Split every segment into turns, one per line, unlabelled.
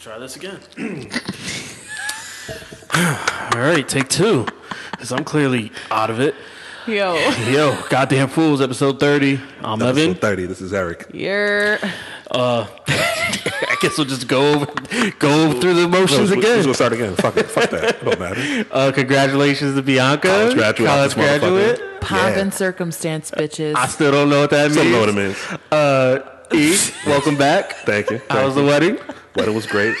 try this again. All right, take two, because I'm clearly out of it.
Yo,
Yo, goddamn fools, episode thirty. I'm
Episode
Evan.
30. This is Eric.
you're
I guess we'll just go over, go over through the motions
We're just
again.
gonna start again. Fuck it. Fuck that. It don't matter.
Uh, congratulations to Bianca,
College graduate,
College
this motherfucker.
graduate.
pomp
Yeah.
and circumstance, bitches.
I still don't know what that
Still
means.
know what it means.
Uh, E, welcome back.
Thank you.
How was
Thank
the wedding?
you. Wedding was great.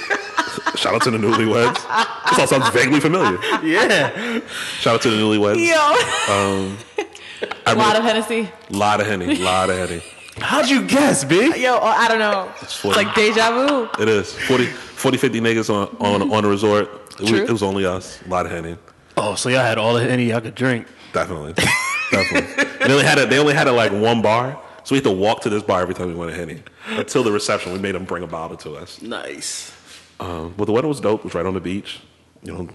Shout out to the newlyweds. This all sounds vaguely familiar.
Yeah,
Shout out to the newlyweds.
Yo,
Um, I
a lot of Hennessy.
lot of henny. Lot of henny.
how'd you guess, B?
Yo, oh, I don't know.
It's
It's
funny.
like deja vu.
It is 40, 40 50 niggas on on on a resort. We-
True.
it was only us. A lot of henny.
Oh, so y'all had all the any y'all could drink.
Definitely. Definitely. they only had it. They only had it like one bar. So we had to walk to this bar every time we went to henny. Until the reception, we made them bring a bottle to us.
Nice.
Um, but the weather was dope. It was right on the beach. You know,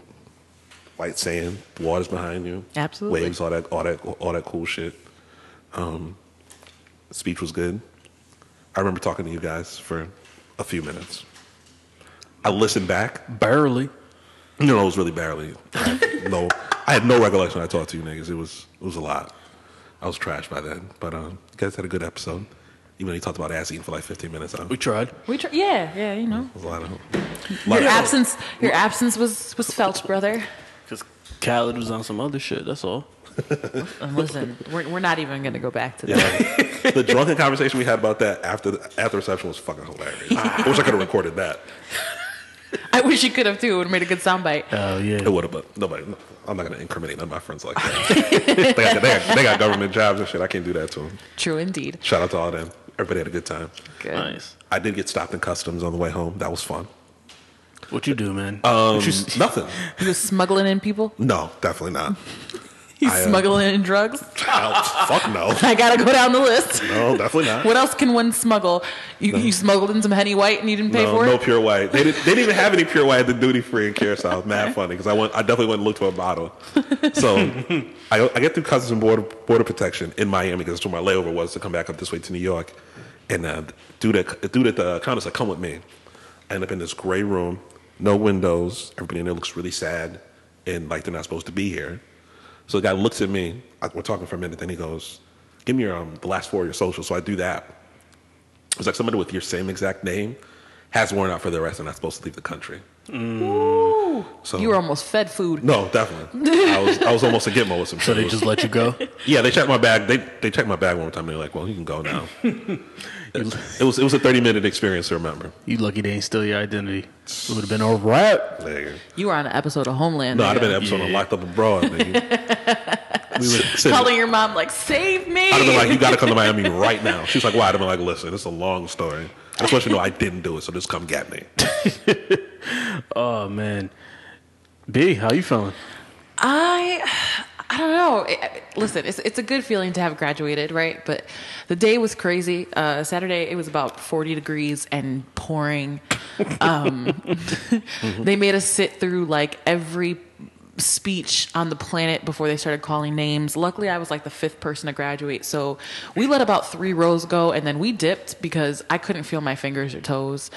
white sand, waters behind you,
Absolutely.
waves, all that, all that, all that cool shit. Um, speech was good. I remember talking to you guys for a few minutes. I listened back.
Barely.
No, it was really barely. I had no, I had no recollection. I talked to you niggas. It was, it was a lot. I was trash by then, but um, you guys had a good episode. Even though you talked about ass eating for like 15 minutes, I,
We
it
tried.
We tr- yeah, yeah, you know.
was a lot of.
Your
lot of-
absence, your absence was was felt, brother.
Because Khaled was on some other shit, that's all.
And listen, we're we're not even gonna go back to that.
Yeah. the drunken conversation we had about that after the, after reception was fucking hilarious. I wish I could have recorded that.
I wish you could have too. It would have made a good soundbite.
Oh, yeah.
It would have, but nobody. I'm not gonna incriminate none of my friends like that. they, got, they got- they got government jobs and shit. I can't do that to them.
True indeed.
Shout out to all them. Everybody had a good time.
Good.
Nice.
I did get stopped in customs on the way home. That was fun.
What you do, man?
Um,
What you s-
nothing.
You was smuggling in people.
No, definitely not.
You
I, uh,
smuggling in drugs.
Child, fuck no.
I gotta go down the list.
No, definitely not.
What else can one smuggle? You, you smuggled in some Henny White and you didn't pay
no,
for
no
it.
pure white. They, did, they didn't even have any pure white at the duty free in Curacao. Mad funny because I went. I definitely went and looked for a bottle. So I, I get through Customs and Border Border Protection in Miami because that's where my layover was to come back up this way to New York. And uh, the dude at the dude at the counter said, "Come with me." I end up in this gray room, no windows. Everybody in there looks really sad and like they're not supposed to be here. So the guy looks at me. I, we're talking for a minute. Then he goes, "Give me your um, the last four of your social." So I do that. It's like somebody with your same exact name has worn out for their arrest and not supposed to leave the country.
Ooh.
So
You were almost fed food.
no, definitely. I was I was almost a gitmo with some.
so they
shit.
just let you go?
yeah, they checked my bag. They they checked my bag one time. They're like, well, you can go now. it was it was a thirty minute experience to remember.
You lucky they ain't steal your identity. It would have been a wrap.
Nigga.
You were on an episode of Homeland.
No, I'd have been
nigga.
an episode of
Yeah.
locked up abroad. Nigga. we would
calling your mom like, "Save me!"
I'd have been like, you got to come to Miami right now. She's like, why? I'd have been like, listen, it's a long story. I just want you to know I didn't do it, so just come get me.
Oh, man. B, how you feeling?
I, I don't know. I- I- Listen, it's it's a good feeling to have graduated, right? But the day was crazy. Uh, Saturday, it was about forty degrees and pouring. Um, They made us sit through like every speech on the planet before they started calling names. Luckily, I was like the fifth person to graduate, so we let about three rows go, and then we dipped because I couldn't feel my fingers or toes.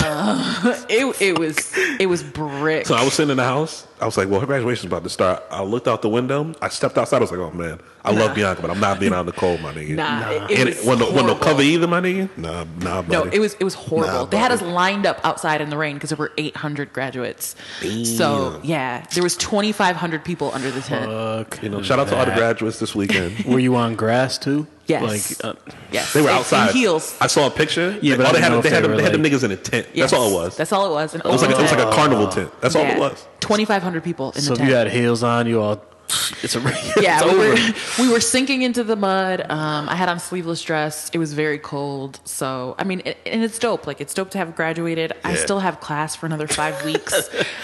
Uh, it it was it was brick.
So I was sitting in the house. I was like, well, her graduation's about to start. I looked out the window. I stepped outside. I was like, oh, man, I love Bianca, but I'm not being out in the cold, my nigga.
Nah, Nah. it- it
and
was
when no, when no
horrible.
cover either, my nigga? Nah, nah, buddy.
No, it was it was horrible.
Nah,
they had us
buddy.
lined up outside in the rain because there were 800 graduates. So yeah, there was 2,500 people under the tent.
Fuck.
You know, shout out to all the graduates this weekend.
Were you on grass, too?
Yes.
Like, uh,
yes,
They were
In- in
outside.
heels.
I saw a picture.
Yeah,
Like,
but I
all they
don't
had,
know if
they had,
they
them, they had
were,
them niggas in a tent.
Yes,
That's all it was.
That's all it was. An
it was like a, it was like a carnival tent. That's all it was.
2,500 people in
so
the
if you
tent.
had heels on, you all. It's a
yeah,
it's
we
over.
were, we were sinking into the mud. Um, I had on sleeveless dress. It was very cold. So I mean, it, and it's dope. Like it's dope to have graduated. I
Yeah.
still have class for another five weeks.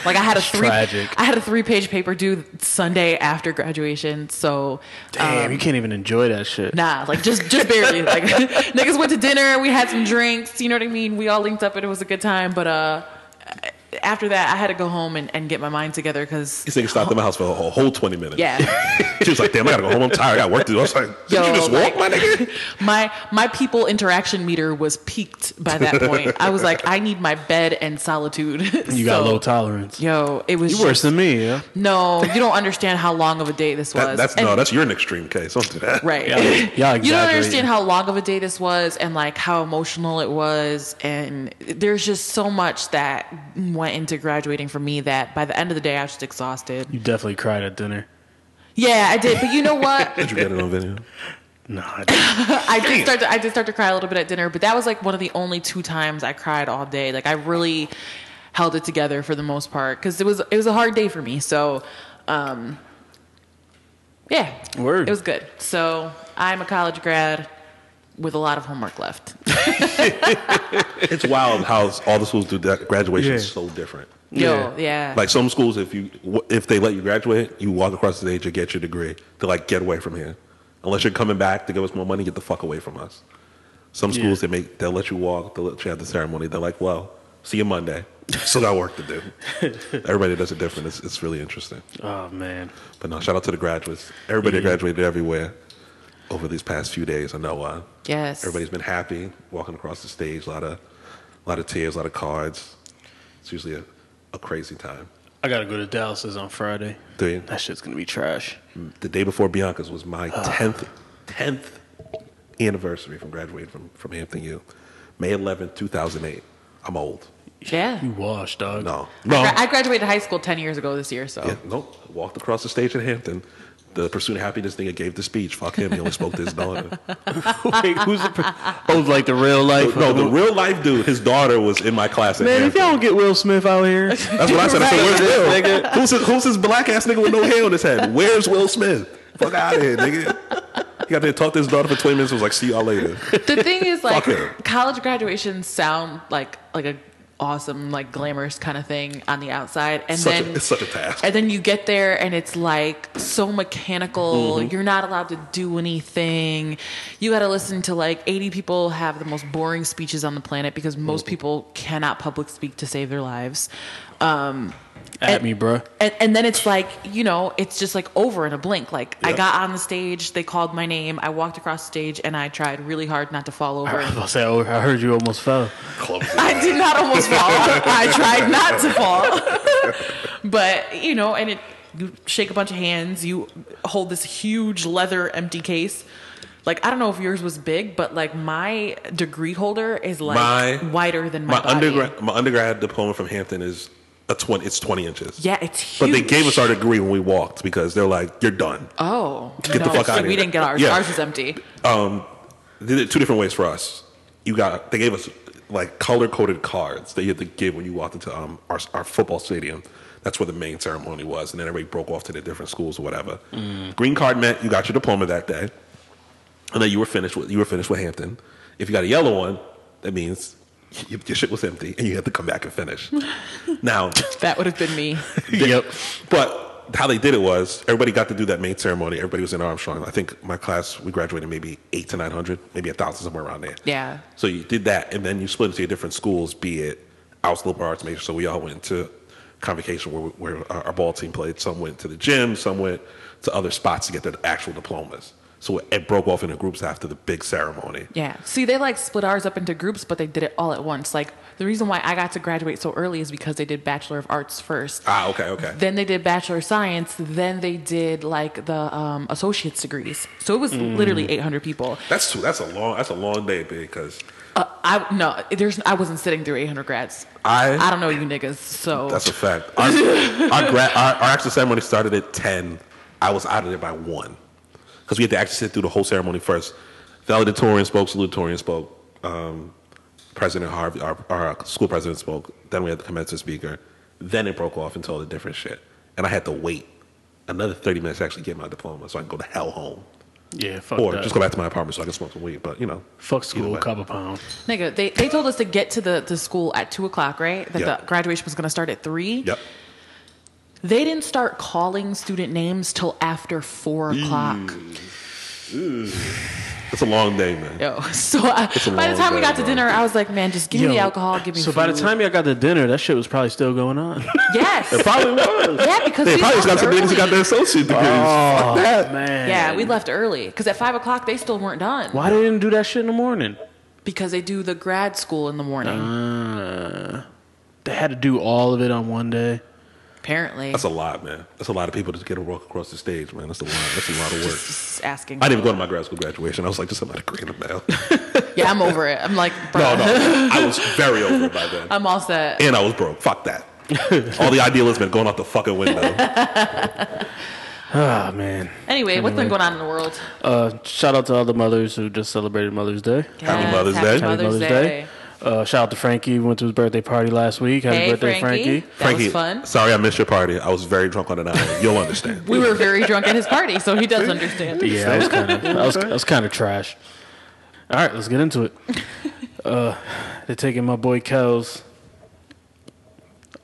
Like I had a three,
tragic.
I had a three page paper due Sunday after graduation. So
Damn, you can't even enjoy that shit.
Nah, like just just barely. Like niggas went to dinner, we had some drinks, you know what I mean? We all linked up and it was a good time, but uh after that I had to go home and, and get my mind together cuz
These niggas stopped in my house for a whole, whole 20 minutes.
yeah.
She was like, damn, I gotta go home. I'm tired. I got work to do. I was like, did
Yo,
you just
like-
walk, my nigga?
My my people interaction meter was peaked by that point. I was like, I need my bed and solitude.
You got low tolerance.
Yo, it was
You worse
just-
than me. Yeah.
No, you don't understand how long of a day this was.
That, that's
And-
no, that's you're an extreme case. Don't do that.
Right.
Yeah, y'all
You don't
exaggerating.
understand how long of a day this was and like how emotional it was. And there's just so much that went into graduating for me that by the end of the day, I was just exhausted.
You definitely cried at dinner.
Yeah, I did. But you know what?
Did you get it on video?
No, I didn't.
I did start to, I did start to cry a little bit at dinner, but that was like one of the only two times I cried all day. Like I really held it together for the most part because it was, it was a hard day for me. So, um, yeah,
Word.
it was good. So I'm a college grad with a lot of homework left.
It's wild how all the schools do that. Graduation is
Yeah.
so different.
Yo, yeah.
Like some schools, if you if they let you graduate, you walk across the stage to get your degree. They're like, get away from here. Unless you're coming back to give us more money, get the fuck away from us. Some
Yeah.
schools they make they'll let you walk, they'll let you have the ceremony. They're like, well, see you Monday. Still got work to do. Everybody does it different. It's, it's really interesting.
Oh man.
But no, shout out to the graduates. Everybody that
Yeah.
graduated everywhere over these past few days. I know uh,
Yes.
everybody's been happy walking across the stage. A lot of, a lot of tears, a lot of cards. It's usually a, a crazy time.
I gotta go to Dallas's on Friday.
Do you?
That shit's gonna be trash.
The day before Bianca's was my tenth, tenth anniversary from graduating from from Hampton U, May eleventh, two thousand eight. I'm old.
Yeah.
You washed, dog.
No,
Gra-
no,
I graduated high school 10 years ago this year, so.
yeah, nope. Walked across the stage at Hampton. The Pursuit of Happiness nigga gave the speech. Fuck him. He only spoke to his daughter.
Wait, who's the? Per-
Oh, like the real life.
No, the real life dude, his daughter was in my class. At
man, if
Hampton.
y'all don't get Will Smith out here,
That's what I said. I said, "Where's Will? Who's this, who's this black ass nigga with no hair on his head? Where's Will Smith? Fuck out of here, nigga." He got there, talked to his daughter for twenty minutes. Was like, "See y'all later."
The thing is, like,
Fuck yeah.
college graduations sound like like a awesome, like glamorous kind of thing on the outside, and
Such
then
a, it's such a task.
and then you get there and it's like so mechanical.
Mm-hmm.
You're not allowed to do anything. You got to listen to like 80 people have the most boring speeches on the planet because
Mm-hmm.
most people cannot public speak to save their lives. Um,
at me, bro.
and, and then it's like you know it's just like over in a blink like i
Yeah.
got on the stage they called my name i walked across the stage and i tried really hard not to fall
I was
over
about to say, oh, I heard you almost fell.
i did not almost fall i tried not to fall but you know and it you shake a bunch of hands you hold this huge leather empty case like i don't know if yours was big but like my degree holder is like
My-
wider than my,
my
body.
undergrad my undergrad diploma from Hampton is a twenty. It's twenty inches.
yeah it's huge
But they gave us our degree when we walked because they're like, "You're done."
oh
Get the
no,
fuck outta
we
here.
didn't get ours
Yeah.
ours was empty
They did it Um, two different ways for us. You got they gave us like color coded cards that you had to give when you walked into um, our our football stadium. That's where the main ceremony was, and then everybody broke off to their different schools or whatever. Green card meant you got your diploma that day, and then you were finished with you were finished with Hampton. If you got a yellow one, that means y your shit was empty, and you had to come back and finish. now,
that would have been me
yep.
but how they did it was everybody got to do that main ceremony. Everybody was in Armstrong. I think my class we graduated maybe eight to nine hundred, maybe a thousand somewhere around there.
Yeah.
So you did that, and then you split into your different schools. Be it I was liberal arts major, so we all went to convocation where, where our our ball team played. Some went to the gym, some went to other spots to get their actual diplomas. So it broke off into groups after the big ceremony.
Yeah. See, they like split ours up into groups, but they did it all at once. Like the reason why I got to graduate so early is because they did Bachelor of Arts first.
Ah, okay, okay.
Then they did Bachelor of Science. Then they did like the um, associate's degrees. So it was
Mm.
literally 800 people.
That's that's a long that's a long day, because
Uh, I no, there's I wasn't sitting through 800 grads.
I-
I don't know you niggas. So
That's a fact. Our, our, gra- our, our actual ceremony started at 10. I was out of there by 1. Because we had to actually sit through the whole ceremony first. Valedictorian spoke, salutatorian spoke, um, President Harvey, our, our school president spoke. Then we had the commencement speaker. Then it broke off and told a different shit. And I had to wait another 30 minutes to actually get my diploma so I can go to hell home.
Yeah. Fuck
Or
that.
just go back to my apartment so I can smoke some weed. But, you know.
Fuck
either
school.
way.
Cop a pound.
nigga, they, they told us to get to the, the school at two o'clock, right? That
Yeah.
the graduation was gonna start at three.
Yep.
They didn't start calling student names till after four o'clock.
It's a long day, man.
Yo, so I, by
a
the
long
time we
day,
got to
bro.
dinner, I was like, man, just give me the
Yo,
alcohol, give me.
So by the
food.
time y'all got to dinner, that shit was probably still going on.
yes,
Probably was.
yeah, because
They
we
probably
left
just got some
early.
niggas who got their associate degrees. Fuck that.
Oh, man.
Yeah, we left early because at five o'clock they still weren't done
Why they didn't do that shit in the morning?
because they do the grad school in the morning.
Uh, they had to do all of it on one day.
apparently,
Uh, That's a lot, man. That's a lot of people to get to walk across the stage, man. That's a lot. That's a lot of work.
just asking.
I didn't even go to my grad school graduation. I was like, just about to grade them now.
yeah, I'm over it. I'm like, bro,
No, no. I was very over it by then.
I'm all set.
and I was broke. Fuck that. All the idealism had gone out the fucking window.
Ah man.
Anyway, what's been going on in the world?
Uh, shout out to all the mothers who just celebrated Mother's Day.
Yes,
Mother's
happy
Day. Happy
Happy
Mother's Day.
Uh, shout out to Frankie. Went to his birthday party last week. Happy
Hey,
birthday,
Frankie.
Frankie.
That was fun.
Sorry I missed your party. I was very drunk on an island. You'll understand.
We were very drunk at his party, so he does understand.
Yeah, I was kind of, I was, I was kind of trash. All right, let's get into it. Uh, they're taking my boy Kels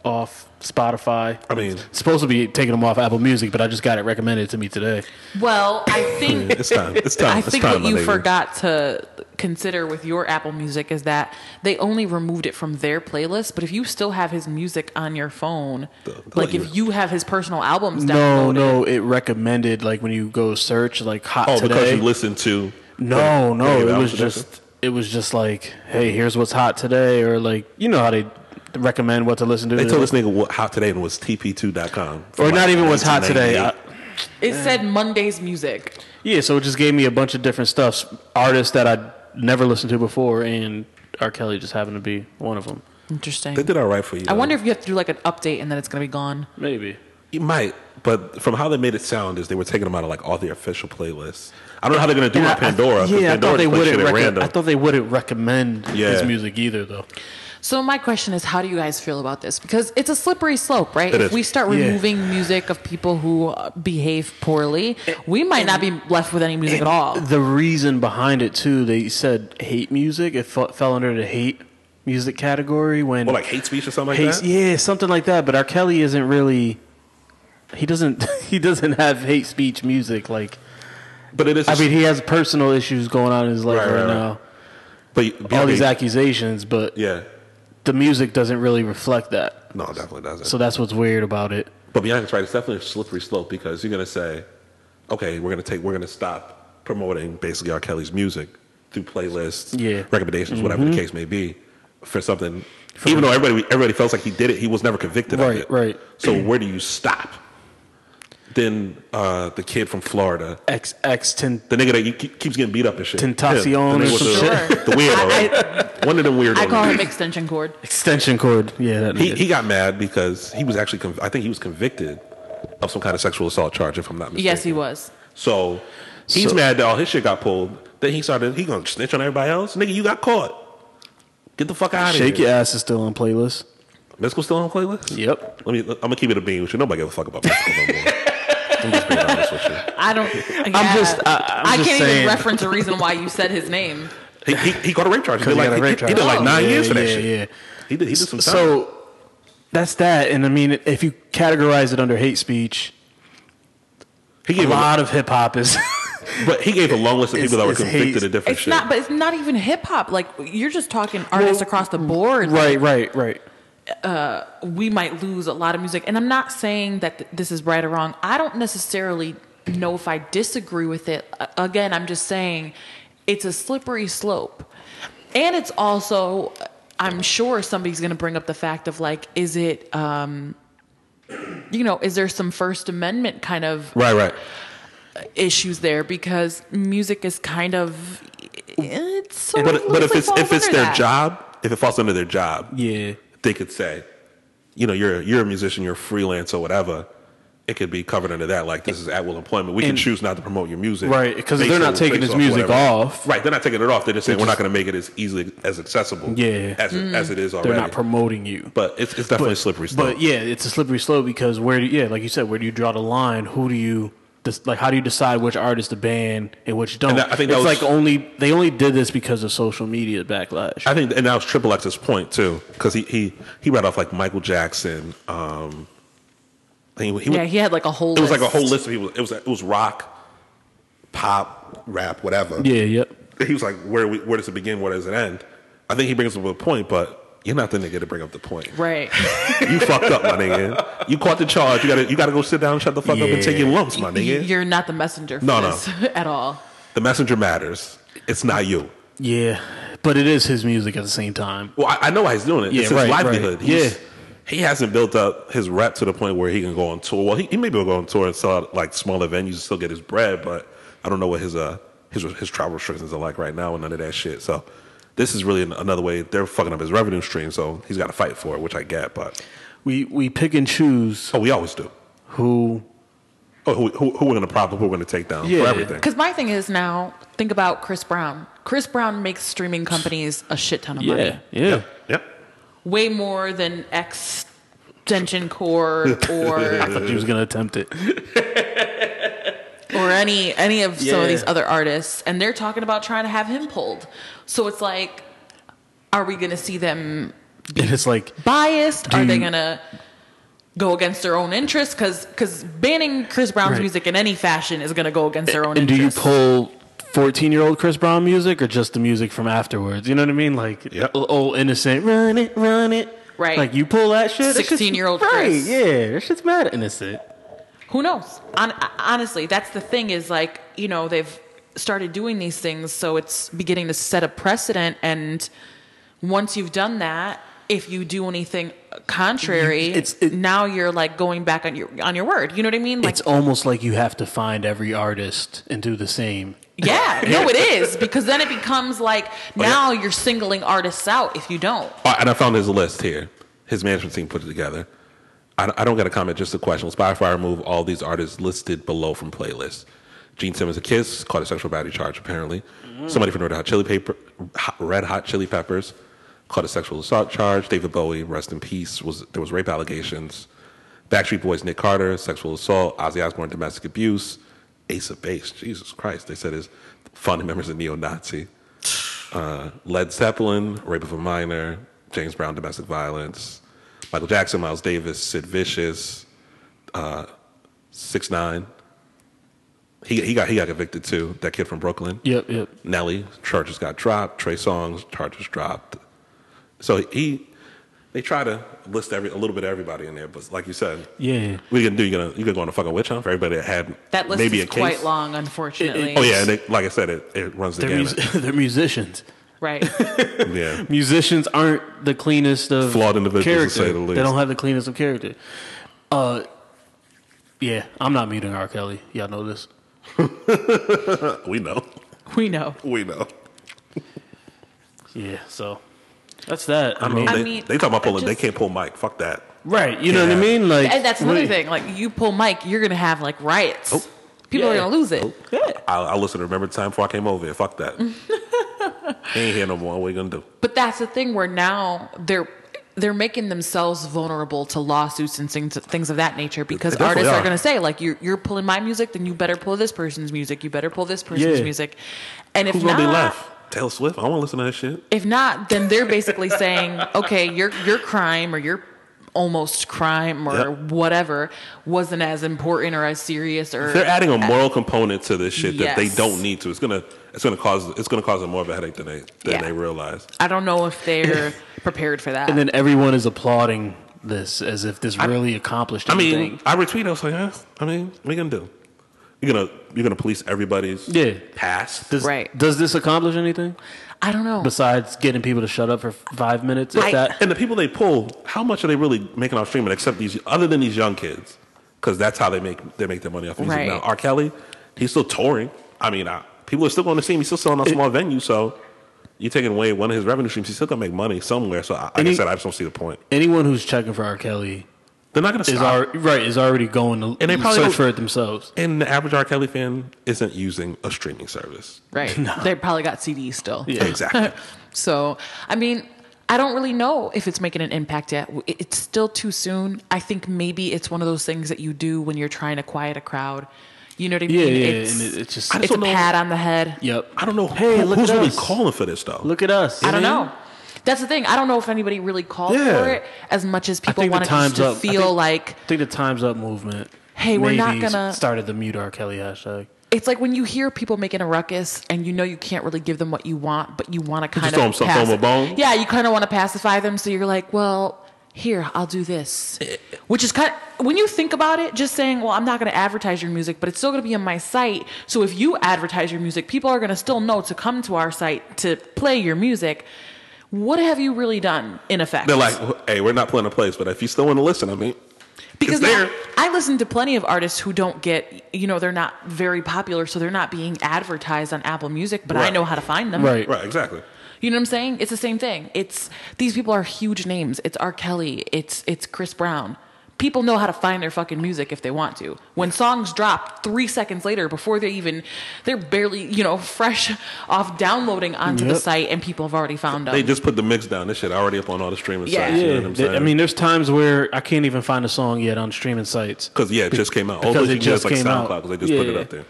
off Spotify.
I mean,
supposed to be taking him off Apple Music, but I just got it recommended to me today.
Well, I think
it's time. It's time.
I
it's
think
time,
what
my
you
nigga.
forgot to consider with your Apple Music is that they only removed it from their playlist. But if you still have his music on your phone,
The- the-
like if you have his personal albums
No,
downloaded,
no, it recommended like when you go search like hot
Oh,
today.
because you listened to.
no,
Any
no, it
of the
was
albums
just it was just like, hey, here's what's hot today, or like you know how they recommend what to listen to.
They told this nigga what hot today and was tp2.com.
or not even what's hot today. I-
it said Monday's music.
yeah, so it just gave me a bunch of different stuffs, artists that I'd never listened to before, and R. Kelly just happened to be one of them.
Interesting.
They did all right for you.
I
though.
wonder if you have to do like an update and then it's gonna be gone.
Maybe.
You might, but from how they made it sound, is they were taking them out of like all the official playlists. I don't know how they're gonna do it on Pandora. 'cause
yeah, I
Pandora
thought they
just plays
wouldn't.
shit at
Rec-
random.
I thought they wouldn't recommend his
Yeah.
music either, though.
So my question is, how do you guys feel about this? Because it's a slippery slope, right?
It
if
is.
we start
Yeah.
removing music of people who uh, behave poorly, we might not be left with any music at all.
The reason behind it too, they said hate music. It fe- fell under the hate music category when
Well, like hate speech or something like
hate,
that.
yeah, something like that. But R. Kelly isn't really. He doesn't. He doesn't have hate speech music. Like
But it is.
I mean, he has personal issues going on in his life
Right,
right,
right, right.
now.
but you-
All these
I mean,
accusations, but
Yeah.
the music doesn't really reflect that.
No, it definitely doesn't.
So that's what's weird about it.
But Bianca's right. It's definitely a slippery slope because you're gonna say, okay, we're gonna take, we're gonna stop promoting basically R. Kelly's music through playlists,
Yeah. Mm-hmm.
recommendations, whatever the case may be, for something. even though everybody everybody feels like he did it, he was never convicted
Right,
of it.
right.
So where do you stop? Then uh, the kid from Florida,
X X ten.
the nigga that you keep, keeps getting beat up and shit,
Tentacion
Him, the
or
nigga with
some
the,
shit.
the weirdo, right? one of them weirdos.
I call him extension cord.
Extension cord, yeah. That
He,
nigga.
he got mad because he was actually, conv- I think he was convicted of some kind of sexual assault charge, if I'm not mistaken.
Yes, he was.
So he's
So-
mad that all his shit got pulled. Then he started, he gonna snitch on everybody else. Nigga, you got caught. Get the fuck out of here.
Shake your ass is still on playlist.
Mystical still on playlist?
Yep.
Let me, I'm gonna keep it a bean with you. Nobody give a fuck about Mystical no more. I'm just being honest with you.
I don't. yeah.
just- I- I'm
I
just
can't even
saying.
reference a reason why you said his name.
He, he, he got a rape charge. He did,
he
like,
got a
he,
rape
he did
charge. Oh,
like nine
Yeah,
years for that
yeah,
shit.
yeah.
He did, he did some time.
So that's that. And I mean, if you categorize it under hate speech,
he
a
gave
lot of hip hop is.
a, but he gave a long list of
It's-
people that were
it's hate.
convicted of different
It's
shit.
not, but it's not even hip hop. Like you're just talking artists across the board.
right, right, right.
we might lose a lot of music. And I'm not saying that th- this is right or wrong. I don't necessarily know if I disagree with it. A- Again, I'm just saying it's a slippery slope. And it's also, I'm sure somebody's going to bring up the fact of like, is it, um, you know, is there some First Amendment kind of
right, right.
issues there because music is kind of it's sort
But,
of
but if
loosely
it's if
falls
it's
under
their
that.
job, if it falls under their job,
Yeah.
they could say, you know, you're you're a musician, you're a freelance or whatever. It could be covered under that. Like this is at will employment. We can
And-
choose not to promote your music,
Right, 'cause they're
based
not
on-
taking
based
his
off
music
whatever.
off.
Right, they're not taking it off. They're just saying we're not going to make it as easily as accessible,
Yeah.
as it, as it is already.
They're not promoting you.
but it's, it's definitely a slippery slope.
But yeah, it's a slippery slope because where do yeah, like you said, where do you draw the line? Who do you this, like how do you decide which artists to ban and which don't?
And that- I think that
it's
was-
like only they only did this because of social media backlash.
I think, and that was Triple X's point too, because he, he he read off like Michael Jackson. Um, he, he,
yeah he had like a whole
it was like a whole list of people. It was it was rock, pop, rap, whatever.
yeah, yep.
he was like, where we, where does it begin? Where does it end? I think he brings up a point, but you're not the nigga to bring up the point.
Right.
You fucked up, my nigga. You caught the charge. You gotta you gotta go sit down, shut the fuck up, and take your lumps, my nigga.
You're not the messenger for
No, no.
this at all.
the messenger matters. It's not you.
Yeah, but it is his music at the same time.
Well, I, I know why he's doing it.
Yeah,
it's his
right, right.
livelihood. He's-
Yeah.
He hasn't built up his rep to the point where he can go on tour. Well, he, he maybe will go on tour and sell out like smaller venues and still get his bread, but I don't know what his uh his his travel restrictions are like right now and none of that shit. So this is really an- another way they're fucking up his revenue stream. So he's got to fight for it, which I get. But
We we pick and choose
oh, we always do.
who.
Oh, who who, who we're gonna prop up, who we're gonna take down
Yeah.
for everything.
Because my thing is now, think about Chris Brown. Chris Brown makes streaming companies a shit ton of money.
Yeah, yeah.
Yep.
Way more than Extension Cord
I
or
thought He was gonna attempt it.
or any any of some
Yeah.
of these other artists. And they're talking about trying to have him pulled. So it's like, are we gonna see them
And it's like,
biased?
Do
Are they
you-
gonna go against their own interests? Because banning Chris Brown's
Right.
music in any fashion is gonna go against their own.
and do you
interests.
pull fourteen-year-old Chris Brown music or just the music from afterwards? You know what I mean? Like
Yep.
o- old innocent, run it, run it.
Right.
Like you pull that shit. that shit's-
16-year-old
Right.
Chris.
Yeah, that shit's mad innocent.
who knows Hon- honestly that's the thing is like you know they've started doing these things so it's beginning to set a precedent and once you've done that if you do anything contrary
You- it's- it-
now you're like going back on your on your word you know what i mean like
it's almost like you have to find every artist and do the same.
yeah no it is because then it becomes like
Oh,
now you're singling artists out if you don't
All right, Oh, and I found his list here. His management team put it together. I, I don't got a comment, just a question. Will Spotify remove all these artists listed below from playlists? Gene Simmons a kiss, caught a sexual battery charge apparently. Somebody from Red Hot Chili Paper, Hot- Red Hot Chili Peppers, caught a sexual assault charge. David Bowie, rest in peace. Was there was rape allegations? Backstreet Boys, Nick Carter, sexual assault. Ozzy Osbourne, domestic abuse. Ace of Base, Jesus Christ. They said his founding members a neo-Nazi. Uh, Led Zeppelin, Rape of a Minor, James Brown, Domestic Violence, Michael Jackson, Miles Davis, Sid Vicious, uh, Six Nine. He he got he got convicted too. That kid from Brooklyn,
Yep, yep.
Nelly, charges got dropped. Trey Songs, charges dropped. So he they try to list every a little bit of everybody in there, but like you said,
Yeah.
we can do you gonna you gonna go on a fucking witch hunt for everybody that had
that list
maybe
is
a
quite
case.
long unfortunately
Oh yeah, and they, like I said, it, it runs the
They're,
gamut.
mus- they're musicians.
right
yeah,
Musicians aren't the cleanest of
Flawed individuals, to
character.
say the least.
They don't have the cleanest of character. Uh, yeah, I'm not muting R. Kelly. Y'all know this.
we know,
we know
we know.
Yeah, so that's that. I,
I
mean,
they,
I mean,
they talk about
I
pulling. they
just-
can't pull Mike. Fuck that.
right? You know what I
Yeah.
mean? Like
and that's another
wait,
thing like you pull mike you're gonna have like riots
Oh.
people are
Yeah.
gonna lose it
I, I listened to Remember the Time before I came over here. Fuck that. He ain't here no more. What are you gonna do?
But that's the thing where now they're they're making themselves vulnerable to lawsuits and things things of that nature because
They definitely
artists are,
are.
going to say like you're you're pulling my music, then you better pull this person's music, you better pull this person's
Yeah.
music, and if
Who's gonna be
not,
left? Taylor Swift. I don't want to listen to that shit.
if not, then they're basically saying okay, your your crime or your almost crime or
Yep.
whatever wasn't as important or as serious or
They're adding a moral component to this shit that they
Yes.
don't need to. It's gonna it's gonna cause it's gonna cause them more of a headache than they than
Yeah.
they realize.
I don't know if they're prepared for that.
And then everyone is applauding this as if this really accomplished
I mean,
anything.
I retweet. I was like, huh? I mean, what are you gonna do? You're gonna you're gonna police everybody's
Yeah.
past.
does,
right.
Does this accomplish anything
I don't know.
besides getting people to shut up for five minutes? If
I-
that,
And the people they pull, how much are they really making off streaming? Except these, other than these young kids, because that's how they make they make their money off music
Right.
now. R. Kelly, he's still touring. I mean, I, people are still going to see him. He's still selling out small venues. So you're taking away one of his revenue streams. He's still going to make money somewhere. So I, like I
Any-
said, I just don't see the point.
anyone who's checking for R. Kelly
They're not going to
is
stop.
al right is already going to
And they probably
search
don't-
for it themselves.
and the average R. Kelly fan isn't using a streaming service.
right. They probably got CDs still.
Yeah.
Exactly.
So, I mean, I don't really know if it's making an impact yet. It- It's still too soon. I think maybe it's one of those things that you do when you're trying to quiet a crowd. You know what I mean?
Yeah, yeah,
It's,
and it, it's just
I
it's a
don't know.
pat on the head.
yep.
I don't know
Hey,
who-
look
who's
at
really
us.
calling for this though.
Look at us.
I don't know. That's the thing. I don't know if anybody really called
Yeah.
for it as much as
I
people
think the
wanted us
times
to
up. I
feel
think-
like
I think the Times Up movement.
Hey, we're not
maybe
gonna-
started the mute R. Kelly hashtag.
it's like when you hear people making a ruckus and you know you can't really give them what you want, but you want to kind
just
of
throw 'em some- throw 'em a bone?
Yeah, you kind of want to pacify them, so you're like, well, here I'll do this, which is kind of when you think about it, just saying, well, I'm not going to advertise your music, but it's still going to be on my site. So if you advertise your music, people are going to still know to come to our site to play your music. What have you really done in effect?
They're like, hey, we're not playing a place, but if you still want to listen, I mean,
because
it's there.
now, I listen to plenty of artists who don't get, you know, they're not very popular, so they're not being advertised on Apple Music, but I
Right.
know how to find them.
Right.
Right, exactly.
You know what I'm saying? It's the same thing. It's these people are huge names. It's R. Kelly. It's it's Chris Brown. People know how to find their fucking music if they want to. When songs drop three seconds later, before they even, they're barely, you know, fresh off downloading onto the
Yep.
site, and people have already found them.
They just put the mix down. This shit already up on all the streaming
Yeah.
sites. You know
Yeah,
what I'm
th-
saying?
I mean, there's times where I can't even find a song yet on streaming sites.
because yeah, it just came out.
because it
Hopefully, you can just
just
like
came out.
SoundCloud because they just put it
Yeah.
up there.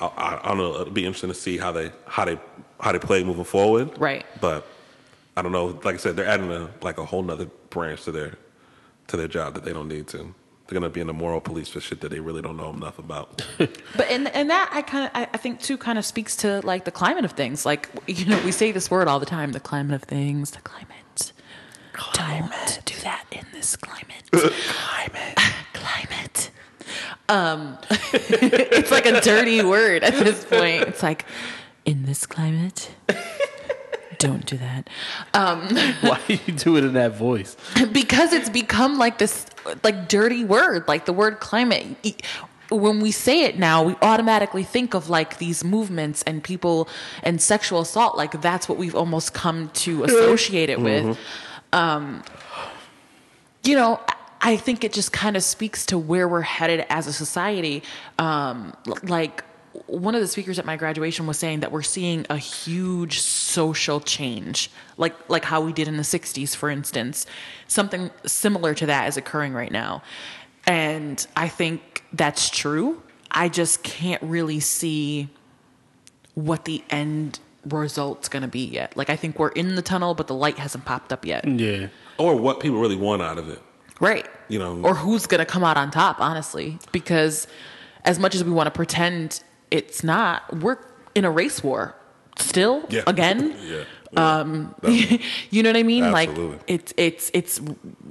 I, I, I don't know. It'll be interesting to see how they how they how they play moving forward.
Right.
But I don't know. Like I said, they're adding a like a whole nother branch to their to their job that they don't need to. They're gonna be in the moral police for shit that they really don't know enough about.
But and and that I kind of I, I think too kind of speaks to like the climate of things. Like you know we say this word all the time: the climate of things, the climate. Don't do that in this climate. climate, climate. Um, it's like a dirty word at this point. It's like in this climate. Don't do that.
Why do you do it in that voice?
because it's become like this like dirty word like the word climate E- when we say it now we automatically think of like these movements and people and sexual assault like that's what we've almost come to associate it with um you know I- i think it just kind of speaks to where we're headed as a society um l- like one of the speakers at my graduation was saying that we're seeing a huge social change like like how we did in the 60s for instance something similar to that is occurring right now and i think that's true i just can't really see what the end result's going to be yet like i think we're in the tunnel but the light hasn't popped up yet
Yeah.
or what people really want out of it.
Right.
You know-
or who's going to come out on top, honestly, because as much as we want to pretend it's not, we're in a race war still
Yeah.
again.
yeah. Um. Definitely.
you know what I mean?
Absolutely.
Like it's it's it's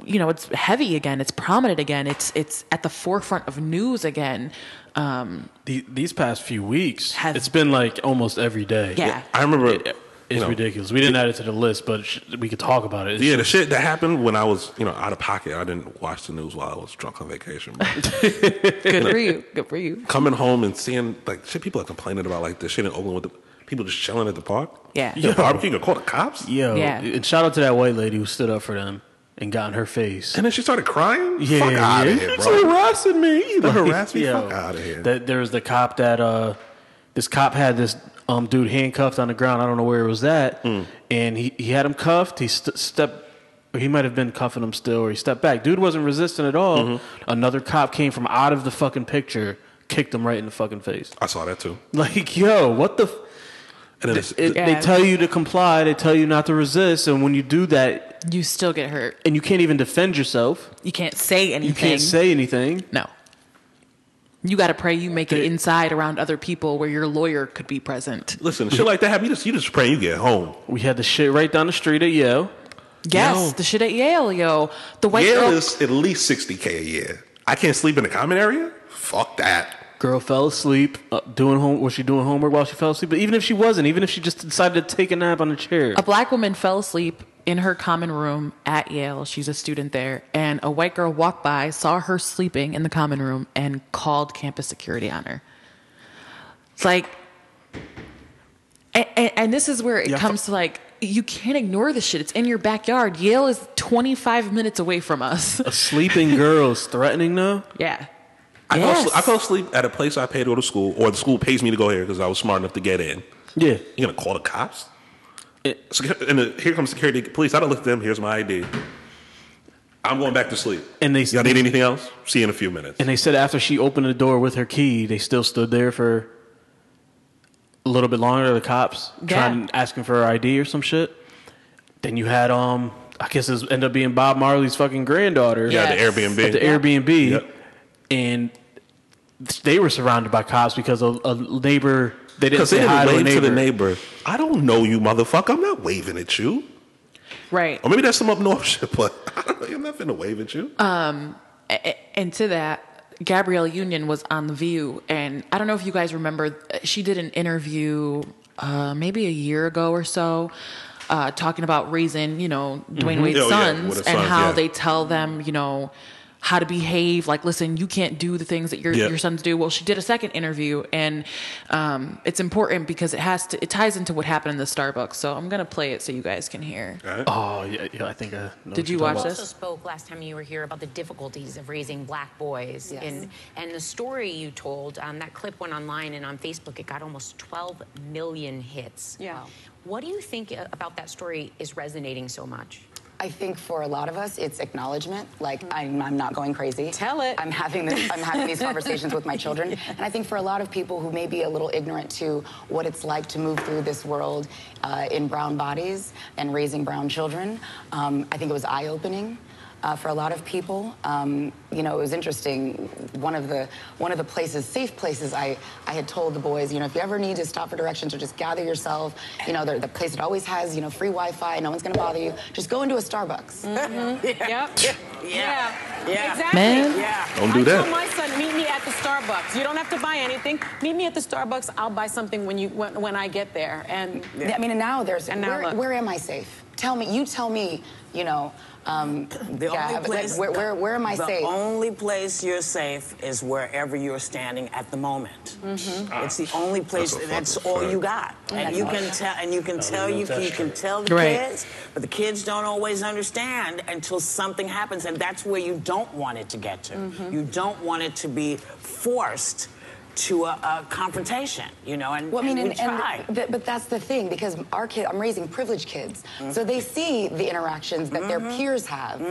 you know, it's heavy again, it's prominent again, it's it's at the forefront of news again. Um
The, these past few weeks,
Has-
it's been like almost every day.
yeah.
I remember.
It's
you know,
ridiculous. We didn't add it to the list, but sh- we could talk about it. It's
Yeah, the shit that happened when I was, you know, out of pocket. I didn't watch the news while I was drunk on vacation. but-
Good for you. Good for you.
coming home and seeing like shit people are complaining about like the shit in Oakland with the people just chilling at the park.
Yeah.
Yo, barbecue you can call the cops?
Yo,
Yeah.
and shout out to that white lady who stood up for them and got in her face.
And then she started crying?
Yeah,
Fuck out
yeah.
of here,
It's
bro. harassing me. You harass me?
Yo,
Fuck out of here.
That there was the cop that uh, this cop had this um dude handcuffed on the ground. I don't know where it was at,
Hmm.
and he he had him cuffed. He st- stepped. or He might have been cuffing him still, or he stepped back. Dude wasn't resisting at all.
Mm-hmm.
Another cop came from out of the fucking picture, kicked him right in the fucking face.
I saw that too.
Like, yo, what the? F-
And then it's,
it,
Yeah.
They tell you to comply. They tell you not to resist, and when you do that,
You still get hurt.
and you can't even defend yourself,
You can't say anything.
you can't say anything.
no. You got to pray you make it
They-
inside around other people where your lawyer could be present.
listen, shit like that happen. You just you just praying you get home.
We had the shit right down the street at Yale.
Yes,
No.
the shit at Yale, yo. The white
Yale
girl.
is at least sixty K a year. I can't sleep in the common area? Fuck that.
Girl fell asleep uh, doing home. Was she doing homework while she fell asleep? But even if she wasn't, even if she just decided to take a nap on a chair,
a black woman fell asleep in her common room at Yale. She's a student there, and a white girl walked by, saw her sleeping in the common room, and called campus security on her. It's like, and, and, and this is where it
Yeah, I
comes to like. You can't ignore this shit. It's in your backyard. Yale is 25 minutes away from us.
a sleeping girl is threatening though.
yeah.
I, go,
Yes.
sl- I go sleep at a place I pay to go to school, or the school pays me to go here because I was smart enough to get in.
Yeah,
You gonna call the cops?
It-
So, and the, here comes security police. I don't look at them. Here's my ID. I'm going back to sleep.
And they-
y'all need anything else? See you in a few minutes.
and they said after she opened the door with her key, they still stood there for a little bit longer. The cops
Yeah.
trying asking for her ID or some shit. Then you had um, I guess it ended up being Bob Marley's fucking granddaughter.
yeah,
Yes.
the Airbnb.
at the
Yeah.
Airbnb,
Yep.
and they were surrounded by cops because a, a neighbor they didn't
Because
say
they
hi
didn't
to a
wave to
neighbor.
the neighbor. I don't know you, motherfucker. I'm not waving at you.
Right.
Or maybe that's some up north shit, but I don't know. I'm not finna wave at you.
A- a- and to that gabrielle union was on the view and i don't know if you guys remember she did an interview uh, maybe a year ago or so uh, talking about raising you know dwayne wade's
Oh, yeah,
sons
with his
and
sons,
how
yeah.
they tell them you know how to behave like listen you can't do the things that your,
Yeah.
your sons do well she did a second interview and um, it's important because it has to it ties into what happened in the starbucks so i'm gonna play it so you guys can hear
Oh yeah, yeah I think I know what
did you
you're talking
watch
about.
this
also spoke last time you were here about the difficulties of raising black boys.
Yes.
And, and the story you told, um, that clip went online and on Facebook, it got almost 12 million hits.
Yeah.
What do you think uh, about that story is resonating so much?
I think for a lot of us, it's acknowledgement. Like I'm, I'm not going crazy.
Mm-hmm. Tell it.
I'm having this. I'm having these conversations with my children, and I think for a lot of people who may be a little ignorant to what it's like to move through this world uh, in brown bodies and raising brown children, um, I think it was eye-opening. Uh, for a lot of people, um, you know, it was interesting. One of the one of the places, safe places, I I had told the boys, you know, if you ever need to stop for directions or just gather yourself, you know, they're the place that always has, you know, free Wi-Fi, no one's gonna bother you. Just go into a Starbucks.
Yep. Yeah.
Yeah.
Exactly.
Man.
Yeah.
Don't do
I
that.
Tell my son, meet me at the Starbucks. You don't have to buy anything. Meet me at the Starbucks. I'll buy something when you when, when I get there. And
I mean, and now there's
And now
where,
look.
where am I safe? Tell me, you tell me, you know, um,
The
yeah,
only
like,
place,
where, where, where am I
the
safe?
only place you're safe is wherever you're standing at the moment.
Mm-hmm.
It's the
Ah,
only place.
That's a
That's,
fucking
all
fact.
you got,
Oh
and you can tell. And you can tell you, you can tell the
Right.
kids, but the kids don't always understand until something happens, and that's where you don't want it to get to.
Mm-hmm.
You don't want it to be forced to a, a confrontation. You know, and,
Well, I mean,
and
and,
we try.
and but, but that's the thing because our kid, I'm raising privileged kids, so they see the interactions that their peers have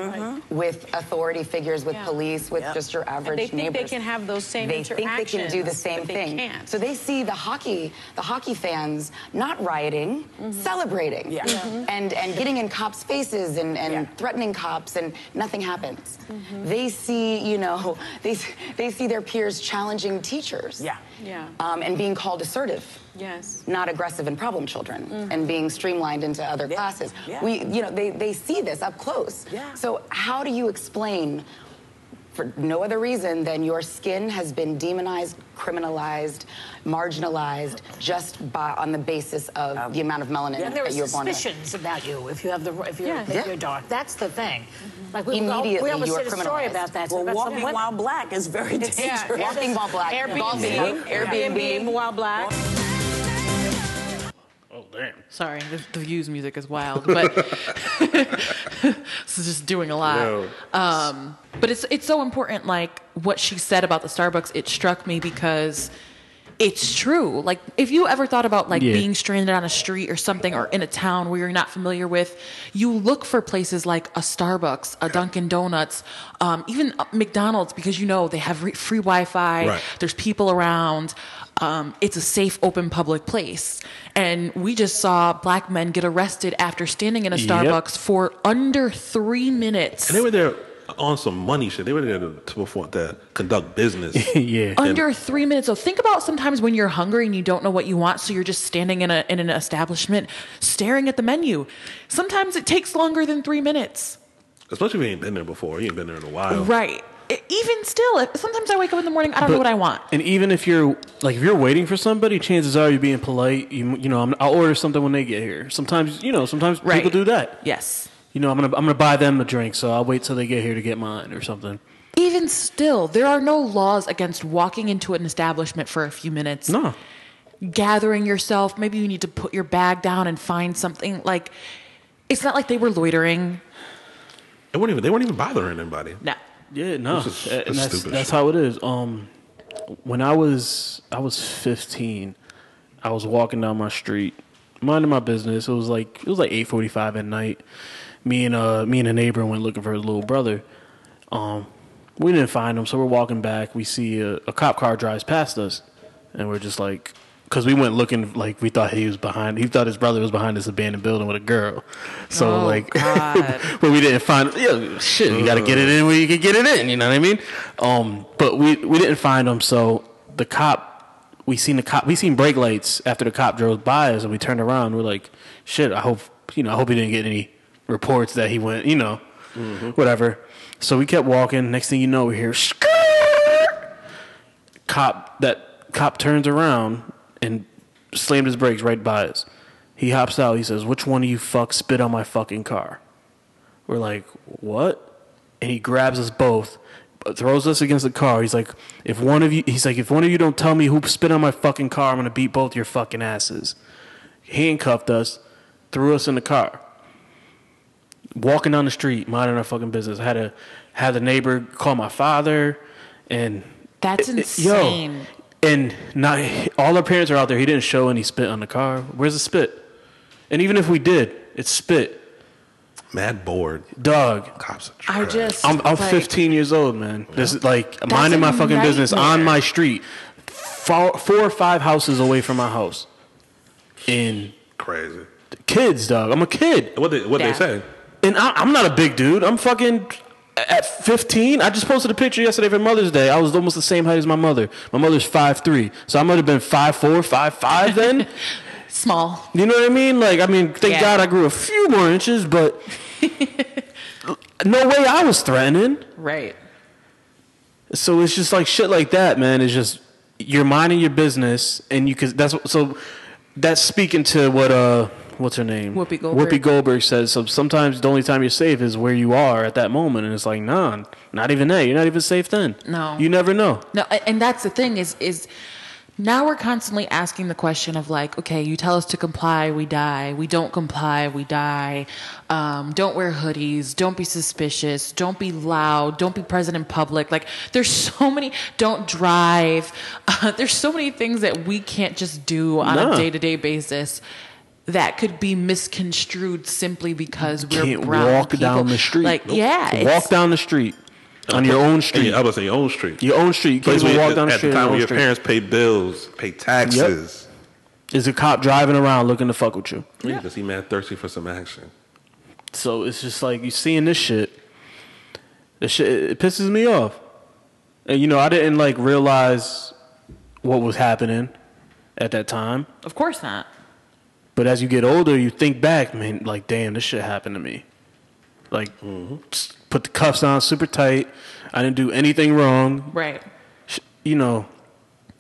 with authority figures, with
Yeah.
police, with
Yep.
just your average
they think they
neighbors.
can have those same
They think they can do the
interactions,
same
but they
thing.
can't.
So they see the hockey, the hockey fans not rioting, celebrating,
Yeah. Mhm.
and and getting in cops' faces and, and
Yeah.
threatening cops, and nothing happens. They see, you know, they s- they see their peers challenging teachers,
Yeah.
Yeah.
um, and being called assertive
yes.
not aggressive and problem children and being streamlined into other
Mm-hmm. Yeah.
classes.
Yeah.
We, you know, they, they see this up close.
Yeah.
So how do you explain, for no other reason than your skin has been demonized, criminalized, marginalized just by, on the basis of
Um,
the amount of melanin
And there are
that you're born with?
suspicions about you if you have the if you're,
Yeah.
if you're
Yeah.
dark. That's the thing. Like we,
Immediately
we always
you are
did a story
criminalized.
about that.
Well,
about
walking
someone-
while black is very dangerous.
Walking while black, golfing,
Airbnb,
um, Airbnb.
Airbnb, while black.
Oh damn.
Sorry, the, the views music is wild, but this is just doing a lot.
No.
Um, but it's it's so important. Like what she said about the Starbucks, it struck me because it's true. Like if you ever thought about like
Yeah.
being stranded on a street or something, or in a town where you're not familiar with, you look for places like a Starbucks, a Dunkin' Donuts, um, even McDonald's because you know they have re- free Wi-Fi.
Right.
There's people around. Um, it's a safe, open public place. And we just saw black men get arrested after standing in a
Yep.
Starbucks for under three minutes.
And they were there on some money shit. They were there to, to perform to conduct business.
Yeah.
under three minutes. So think about sometimes when you're hungry and you don't know what you want, so you're just standing in a in an establishment staring at the menu. Sometimes it takes longer than three minutes.
Especially if you ain't been there before. You ain't been there in a while.
Right. E- Even still, if- sometimes I wake up in the morning, I don't know
But-
what I want.
And even if you're like if you're waiting for somebody, chances are you're being polite. You you know I'm, I'll order something when they get here. Sometimes you know sometimes
Right.
people do that.
Yes.
You know I'm gonna I'm gonna buy them a drink, so I'll wait till they get here to get mine or something.
Even still, there are no laws against walking into an establishment for a few minutes.
No.
gathering yourself. Maybe you need to put your bag down and find something. Like, it's not like they were loitering.
They weren't even they weren't even bothering anybody.
No.
Yeah, no,
This is-
and
that's
that's,
stupid
that's
shit.
how it is. Um, when I was I was fifteen, I was walking down my street, minding my business. It was like it was like eight forty five at night. Me and uh me and a neighbor went looking for his little brother. Um, we didn't find him, so we're walking back. We see a, a cop car drives past us, and we're just like, Because we went looking, like we thought he was behind. He thought his brother was behind this abandoned building with a girl. So
Oh,
like,
God.
but we didn't find. Yeah, shit. You got to get it in where you can get it in. You know what I mean? Um, but we we didn't find him. So the cop, we seen the cop. We seen brake lights after the cop drove by us, and we turned around. We're like, shit. I hope you know. I hope he didn't get any reports that he went. You know, whatever. So we kept walking. Next thing you know, we hear. "Skirt!" cop that cop turns around and slammed his brakes right by us. He hops out. He says, "Which one of you fucks spit on my fucking car?" We're like, "What?" And he grabs us both, but throws us against the car. He's like, "If one of you," he's like, "If one of you don't tell me who spit on my fucking car, I'm gonna beat both your fucking asses." Handcuffed us, threw us in the car walking down the street, minding our fucking business. I had to have the neighbor call my father, and
That's
it- it-
insane.
Yo, and not all our parents are out there. He didn't show any spit on the car. Where's the spit? And even if we did, it's spit,
Mad bored.
dog.
Cops are
I
trash.
just
I'm I'm
like,
15 years old, man. This is like minding my
a
fucking business on
nightmare.
my street, four, four or five houses away from my house, and
crazy.
kids, dog. I'm a kid.
What they what
Yeah.
they say?
And I, I'm not a big dude. I'm fucking at 15. I just posted a picture yesterday for Mother's Day. I was almost the same height as my mother. My mother's 5'3. So I might have been 5'4, 5'5 then.
small.
you know what I mean? Like, I mean, thank
Yeah.
God I grew a few more inches, but no way I was threatening.
Right.
So it's just like shit like that, man. It's just you're minding your business, and you cause that's what- so that's speaking to what uh what's her name
Whoopi Goldberg.
Whoopi Goldberg says. So sometimes the only time you're safe is where you are at that moment, and it's like nah, not even that. You're not even safe then.
No.
you never know.
No, a- and that's the thing is is now we're constantly asking the question of like, okay, you tell us to comply, we die. We don't comply, we die. Um, don't wear hoodies. Don't be suspicious. Don't be loud. Don't be present in public. Like, there's so many. Don't drive. there's so many things that we can't just do on
Nah.
a day to day basis. That could be misconstrued simply because we're
Can't
brown
walk
people.
down the street.
Like, yeah,
walk
it's-
down the street on your own
And
street.
yeah, I was on your own street.
your own street. You can't
Place
even
where
walk
at-
down the
at
street.
the
on
time
your
when
own
your
street.
parents pay bills, pay taxes.
Is a cop driving around looking to fuck with you?
Yeah, because he mad thirsty for some action.
So it's just like you seeing this shit. This shit it pisses me off. And you know, I didn't like realize what was happening at that time.
of course not.
But as you get older, you think back, man, like damn, this shit happened to me. Like s- put the cuffs on super tight. I didn't do anything wrong.
Right.
Sh- You know,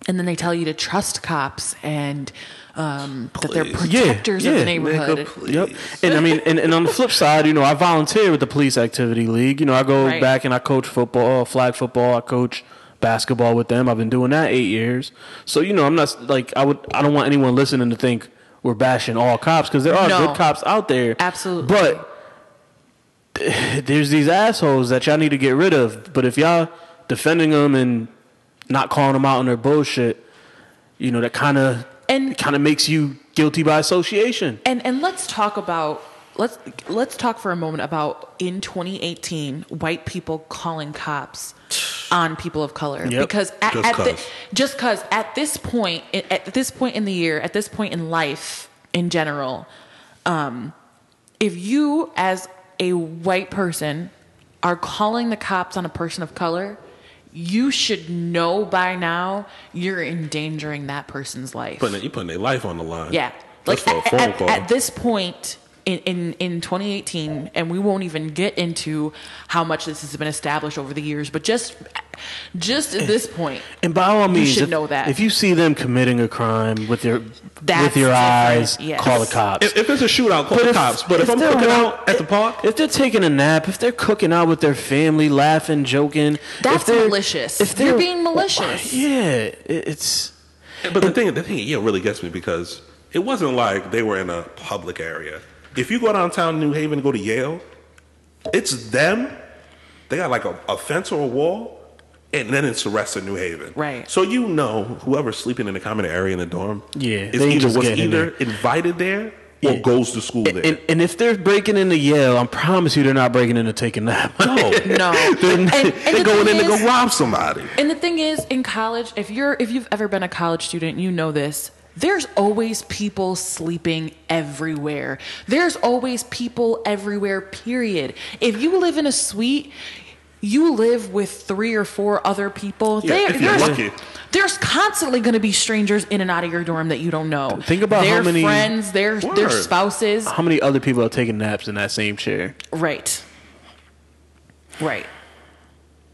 and then they tell you to trust cops and um, that they're
Please.
Yeah,
protectors of
yeah.
the neighborhood.
Yep.
Nigga,
And I mean, and, and on the flip side, you know, I volunteer with the police activity league. You know, I go
Right.
back and I coach football, uh, flag football. I coach basketball with them. I've been doing that eight years. So you know, I'm not like I would. I don't want anyone listening to think we're bashing all cops because there are
No.
good cops out there.
Absolutely.
But there's these assholes that y'all need to get rid of. But if y'all defending them and not calling them out on their bullshit, you know, that kind of
And-
kind of makes you guilty by association.
And and let's talk about let's let's talk for a moment about in 2018 white people calling cops on people of color
Yep.
because at,
Just
at the,
'cause.
just cuz at this point at this point in the year at this point in life in general um, if you as a white person are calling the cops on a person of color you should know by now you're endangering that person's life
Putting you putting their life on the line.
yeah
That's
like
for a
at,
phone
at-
call.
at this point in, in, in 2018 and we won't even get into how much this has been established over the years but just just at this point
And by all means,
should
if,
know that.
if you see them committing a crime with your
That's
with your
different,
eyes,
yes.
call the cops.
If, if it's a shootout, call the cops. But if, I'm
they're
cooking
wa-
out at the park,
if they're taking a nap, if they're cooking out with their family, laughing, joking,
That's
if they're-
malicious.
If
You're
they're-
being malicious.
yeah, it- it's
But the thing, the thing, yeah, really gets me because it wasn't like they were in a public area. If you go downtown New Haven, and go to Yale, it's them. They got like a, a fence or a wall, and then it's the rest of New Haven.
Right.
So you know whoever's sleeping in the common area in the dorm,
Yeah,
is
they
either
just
was
get in
either invited there or
Yeah.
goes to school there.
and, and if they're breaking into Yale, I promise you they're not breaking into taking a nap.
no,
no
they're,
And- and the
they're going
thing
in to
is-
go rob somebody.
And the thing is, in college, if you're if you've ever been a college student, you know this. There's always people sleeping everywhere. There's always people everywhere, period. If you live in a suite, you live with three or four other people.
Yeah, if you're
there's,
lucky.
there's constantly going to be strangers in and out of your dorm that you don't know.
Think about
their
how many-
friends, their their
Word.
spouses.
How many other people are taking naps in that same chair?
Right. Right.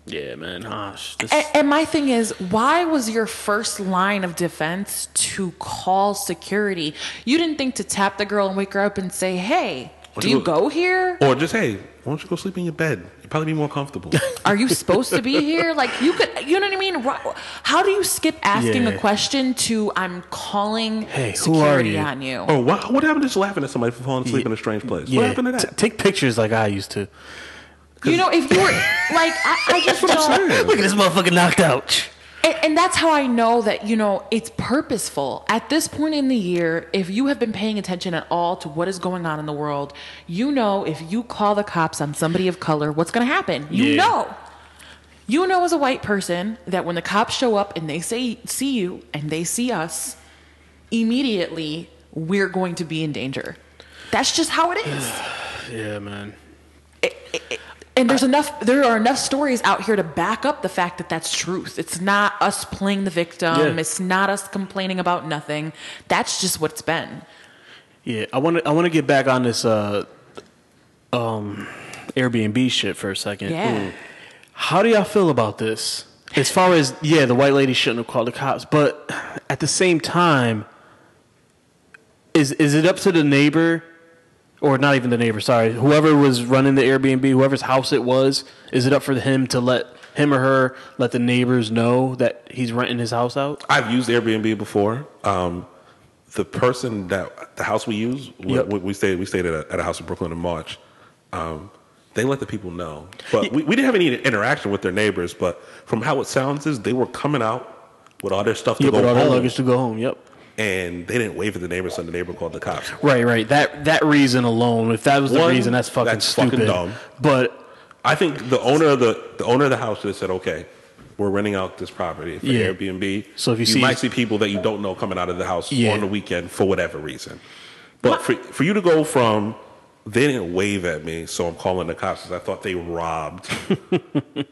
Yeah, man. Gosh, this-
And, and my thing is, why was your first line of defense to call security? You didn't think to tap the girl and wake her up and say, "Hey, do you go here?
Or just hey, why don't you go sleep in your bed? You'd probably be more comfortable.
Are you supposed to be here?" Like you could, you know what I mean? Why- How do you skip asking
Yeah.
a question to "I'm calling
Hey, who are
security
you?"
on you"?
or what, what happened to just laughing at somebody for falling asleep
Yeah.
in a strange place?
yeah,
What happened
t-
to that?
take pictures like I used to.
You know, if you were like, I, I just
That's what
don't.
I'm saying.
Look at this motherfucker knocked out.
And, and that's how I know that, you know, it's purposeful. At this point in the year, if you have been paying attention at all to what is going on in the world, you know if you call the cops on somebody of color, what's going to happen. You
Yeah.
know. You know, as a white person, that when the cops show up and they say, see you and they see us, immediately we're going to be in danger. That's just how it is.
Yeah, man.
And there's enough. There are enough stories out here to back up the fact that that's truth. It's not us playing the victim.
Yeah.
It's not us complaining about nothing. That's just what it's been.
Yeah, I want to. I want to get back on this uh, um, Airbnb shit for a second.
Yeah. Mm.
How do y'all feel about this? As far as yeah, the white lady shouldn't have called the cops, but at the same time, is is it up to the neighbor, or not even the neighbor? Sorry, whoever was running the Airbnb, whoever's house it was, is it up for him to let him or her let the neighbors know that he's renting his house out?
I've used Airbnb before. Um, the person that the house we use, we,
Yep.
we, we stayed we stayed at a, at a house in Brooklyn in March. Um, they let the people know, but we, we didn't have any interaction with their neighbors. But from how it sounds, is they were coming out with all their stuff to
Yep,
go
with all their
home,
luggage to go home. Yep.
and they didn't wait for the neighbors, so the neighbor called the cops.
Right, right. That that reason alone, if that was the
One,
reason, that's fucking
that's fucking
stupid.
dumb.
But
I think the owner of the the owner of the house should have said, "Okay, we're renting out this property for
Yeah.
Airbnb."
So if you see-
might see people that you don't know coming out of the house
Yeah.
on the weekend for whatever reason, but for for you to go from they didn't wave at me, so I'm calling the cops because I thought they robbed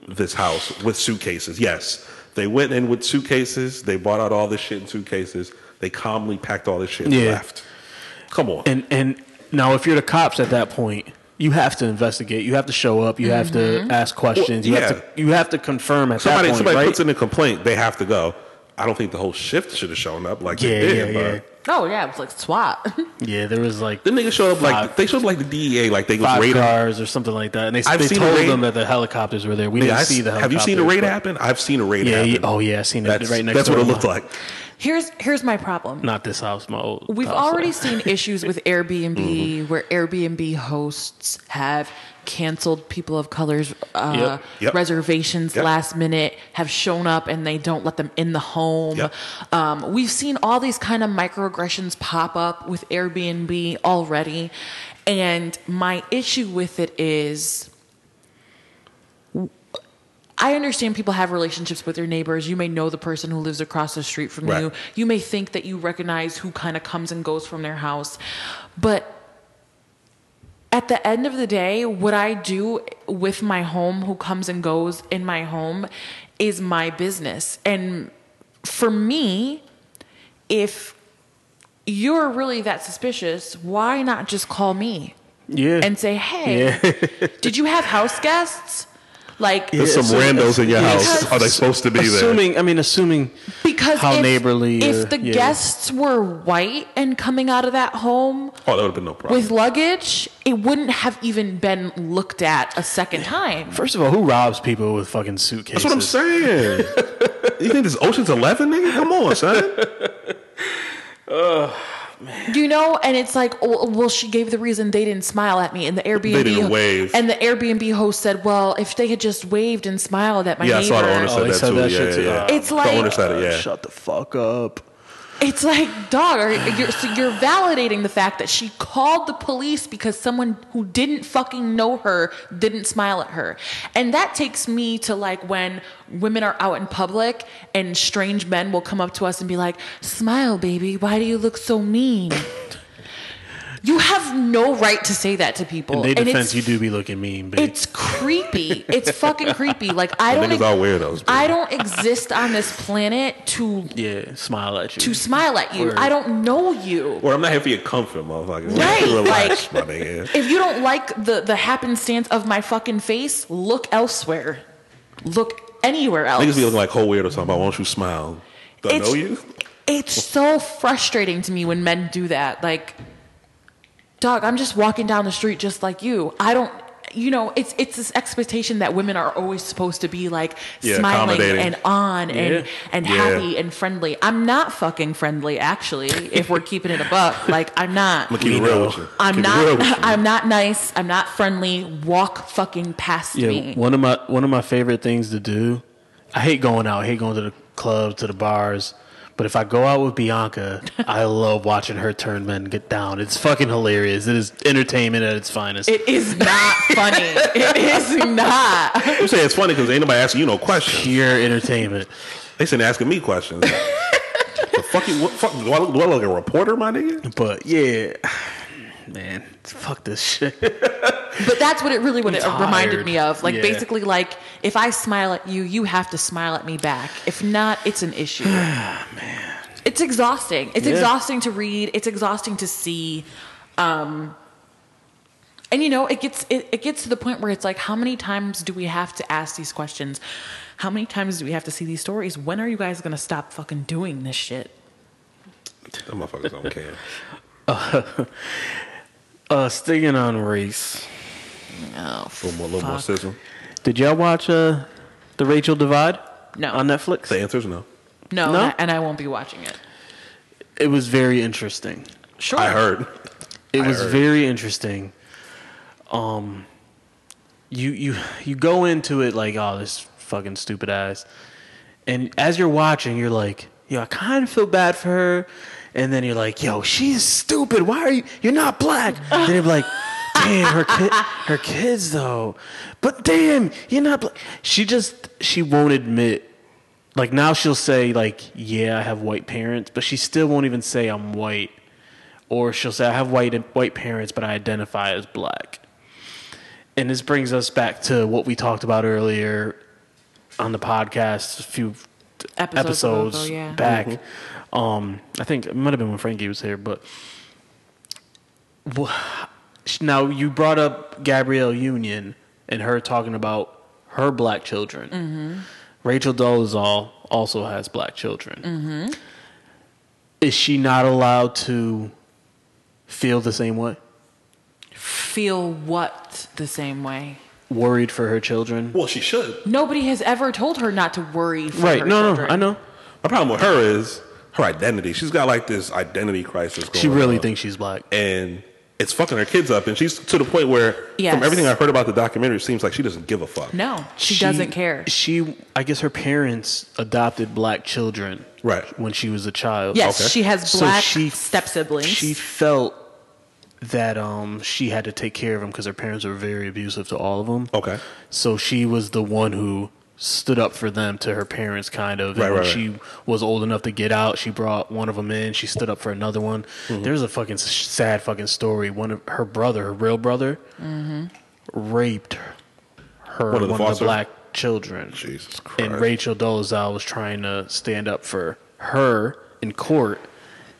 this house with suitcases. Yes, they went in with suitcases. They bought out all this shit in suitcases. They calmly packed all this shit and
Yeah.
left. Come on,
and and now if you're the cops at that point, you have to investigate. You have to show up. You have
Mm-hmm.
to ask questions. you
yeah.
have to you have to confirm at
somebody
that point,
somebody
right?
puts in a complaint, they have to go. I don't think the whole shift should have shown up like
yeah,
they did.
yeah,
but
yeah.
Oh yeah, it was like SWAT.
Yeah, there was like
The niggas showed up like
Five.
they showed up like the DEA, like they was
five
raiding.
cars or something like that, and they,
I've
they
seen
told
a raid-
them that the helicopters were there. We
Nigga,
didn't
I
see the helicopters.
s- have you seen a raid
but-
happen? I've seen a raid
Yeah,
happen.
yeah. Oh yeah, I seen it
that's,
right next.
That's
door
what it
to
looked
mine.
like.
here's here's my problem.
Not this house, my old.
We've
house,
already
so.
seen issues with Airbnb
Mm-hmm.
where Airbnb hosts have canceled people of color's uh,
Yep.
Yep.
reservations
Yep.
last minute, have shown up and they don't let them in the home.
Yep.
Um, we've seen all these kind of microaggressions pop up with Airbnb already. And my issue with it is. I understand people have relationships with their neighbors. You may know the person who lives across the street from
Right.
you. You may think that you recognize who kind of comes and goes from their house. But at the end of the day, what I do with my home, who comes and goes in my home, is my business. And for me, if you're really that suspicious, why not just call me
Yeah.
and say, hey, did you have house guests? Like,
There's
Yeah,
some
so-
randos in your
yeah.
house. Are they supposed to be there?
assuming, I mean, assuming
because
how
if,
neighborly
if
or-
the
yeah.
guests were white and coming out of that home
Oh, that would have been no problem.
with luggage it wouldn't have even been looked at a second time
First of all, who robs people with fucking suitcases?
that's what I'm saying. you think this Ocean's Eleven, nigga? Come on, son.
you know and it's like oh, well she gave the reason they didn't smile at me and the airbnb
didn't wave.
and the airbnb host said well if they had just waved and smiled at my
yeah, I
neighbor
saw the owner
Oh,
said
they
that
said
too.
that
yeah,
shit
yeah,
too.
yeah.
It's
the
like-
owner said it.
Uh,
Yeah.
Shut the fuck up.
It's like, dog, are, you're, so you're validating the fact that she called the police because someone who didn't fucking know her didn't smile at her. And that takes me to like when women are out in public and strange men will come up to us and be like, smile, baby, why do you look so mean? You have no right to say that to people.
In their
And
defense,
it's
you do be looking mean, but
it's creepy. It's fucking creepy. Like I
The
don't.
niggas are weirdos, bro.
I don't exist on this planet to
yeah, smile at you.
to smile at you.
Word.
I don't know you.
Or I'm not here for your comfort, motherfucker.
Right,
Relax,
like-
my nigga.
If you don't like the the happenstance of my fucking face, look elsewhere. Look anywhere else.
Niggas be looking like whole weirdos talking about, won't you smile? Do I know you?
It's so frustrating to me when men do that. Like, dog, I'm just walking down the street just like you. I don't. You know, it's it's this expectation that women are always supposed to be like
Yeah,
smiling
accommodating.
and on and
Yeah.
and
Yeah.
happy and friendly. I'm not fucking friendly, actually. If we're keeping it a buck, like I'm not.
I'm gonna keep it real with you.
I'm
Keep it real
not.
with you.
I'm not nice. I'm not friendly. Walk fucking past
yeah,
me.
one of my one of my favorite things to do. I hate going out. I hate going to the club, to the bars. But if I go out with Bianca, I love watching her turn men get down. It's fucking hilarious. It is entertainment at its finest.
It is not funny. it is not.
You say it's funny because ain't nobody asking you no questions.
Pure entertainment.
They sitting asking me questions. the fuck you? What, fuck, do I, look, do I look like a reporter, my nigga?
But yeah, man, fuck this shit.
But that's what it really what it
I'm
reminded
tired.
me of. Like
Yeah.
basically, like if I smile at you, you have to smile at me back. If not, it's an issue. Man, it's exhausting. It's
Yeah.
exhausting to read. It's exhausting to see. Um, and you know, it gets it, it gets to the point where it's like, how many times do we have to ask these questions? How many times do we have to see these stories? When are you guys gonna stop fucking doing this shit?
Them motherfuckers don't care.
Uh, sticking on race.
No,
A little more, little more sizzle.
Did y'all watch uh, the Rachel Divide?
No.
on Netflix.
The answer is no.
no,
No?
and I won't be watching it.
It was very interesting.
Sure,
I heard.
It
I
was
heard.
very interesting. Um, you you you go into it like, oh, this fucking stupid ass, and as you're watching, you're like, yo, I kind of feel bad for her, and then you're like, yo, she's stupid. Why are you? You're not black. then you're like. Damn, her kid, her kids though, but damn, you're not. Black. She just she won't admit. Like now she'll say like, yeah, I have white parents, but she still won't even say I'm white or she'll say, "I have white white parents, but I identify as black." And this brings us back to what we talked about earlier on the podcast a few
Episodes
episodes,
ago, yeah.
back. Um, I think it might have been when Frankie was here, but Wha- now you brought up Gabrielle Union and her talking about her black children.
Mm-hmm.
Rachel Dolezal also has black children.
Mm-hmm.
Is she not allowed to feel the same way?
feel what the same way.
Worried for her children?
Well, she should.
Nobody has ever told her not to worry. For
right.
her
No,
children.
no, I know.
My problem with her is her identity. She's got like this identity crisis. Going
She really
on.
thinks she's black.
and it's fucking her kids up. And she's to the point where,
Yes.
from everything I've heard about the documentary, it seems like she doesn't give a fuck.
No, she, doesn't care.
She, I guess, her parents adopted black children,
Right.
when she was a child.
yes,
Okay.
she has
So
black
she-
step siblings.
She felt that um she had to take care of them because her parents were very abusive to all of them.
Okay.
So she was the one who stood up for them to her parents, kind of. And
Right,
when
right, right.
she was old enough to get out, she brought one of them in. She stood up for another one.
Mm-hmm.
There's a fucking s- sad fucking story. One of her brother, her real brother, raped her one
One of
of
the
the,
foster-
black children.
Jesus Christ.
And Rachel Dolezal was trying to stand up for her in court,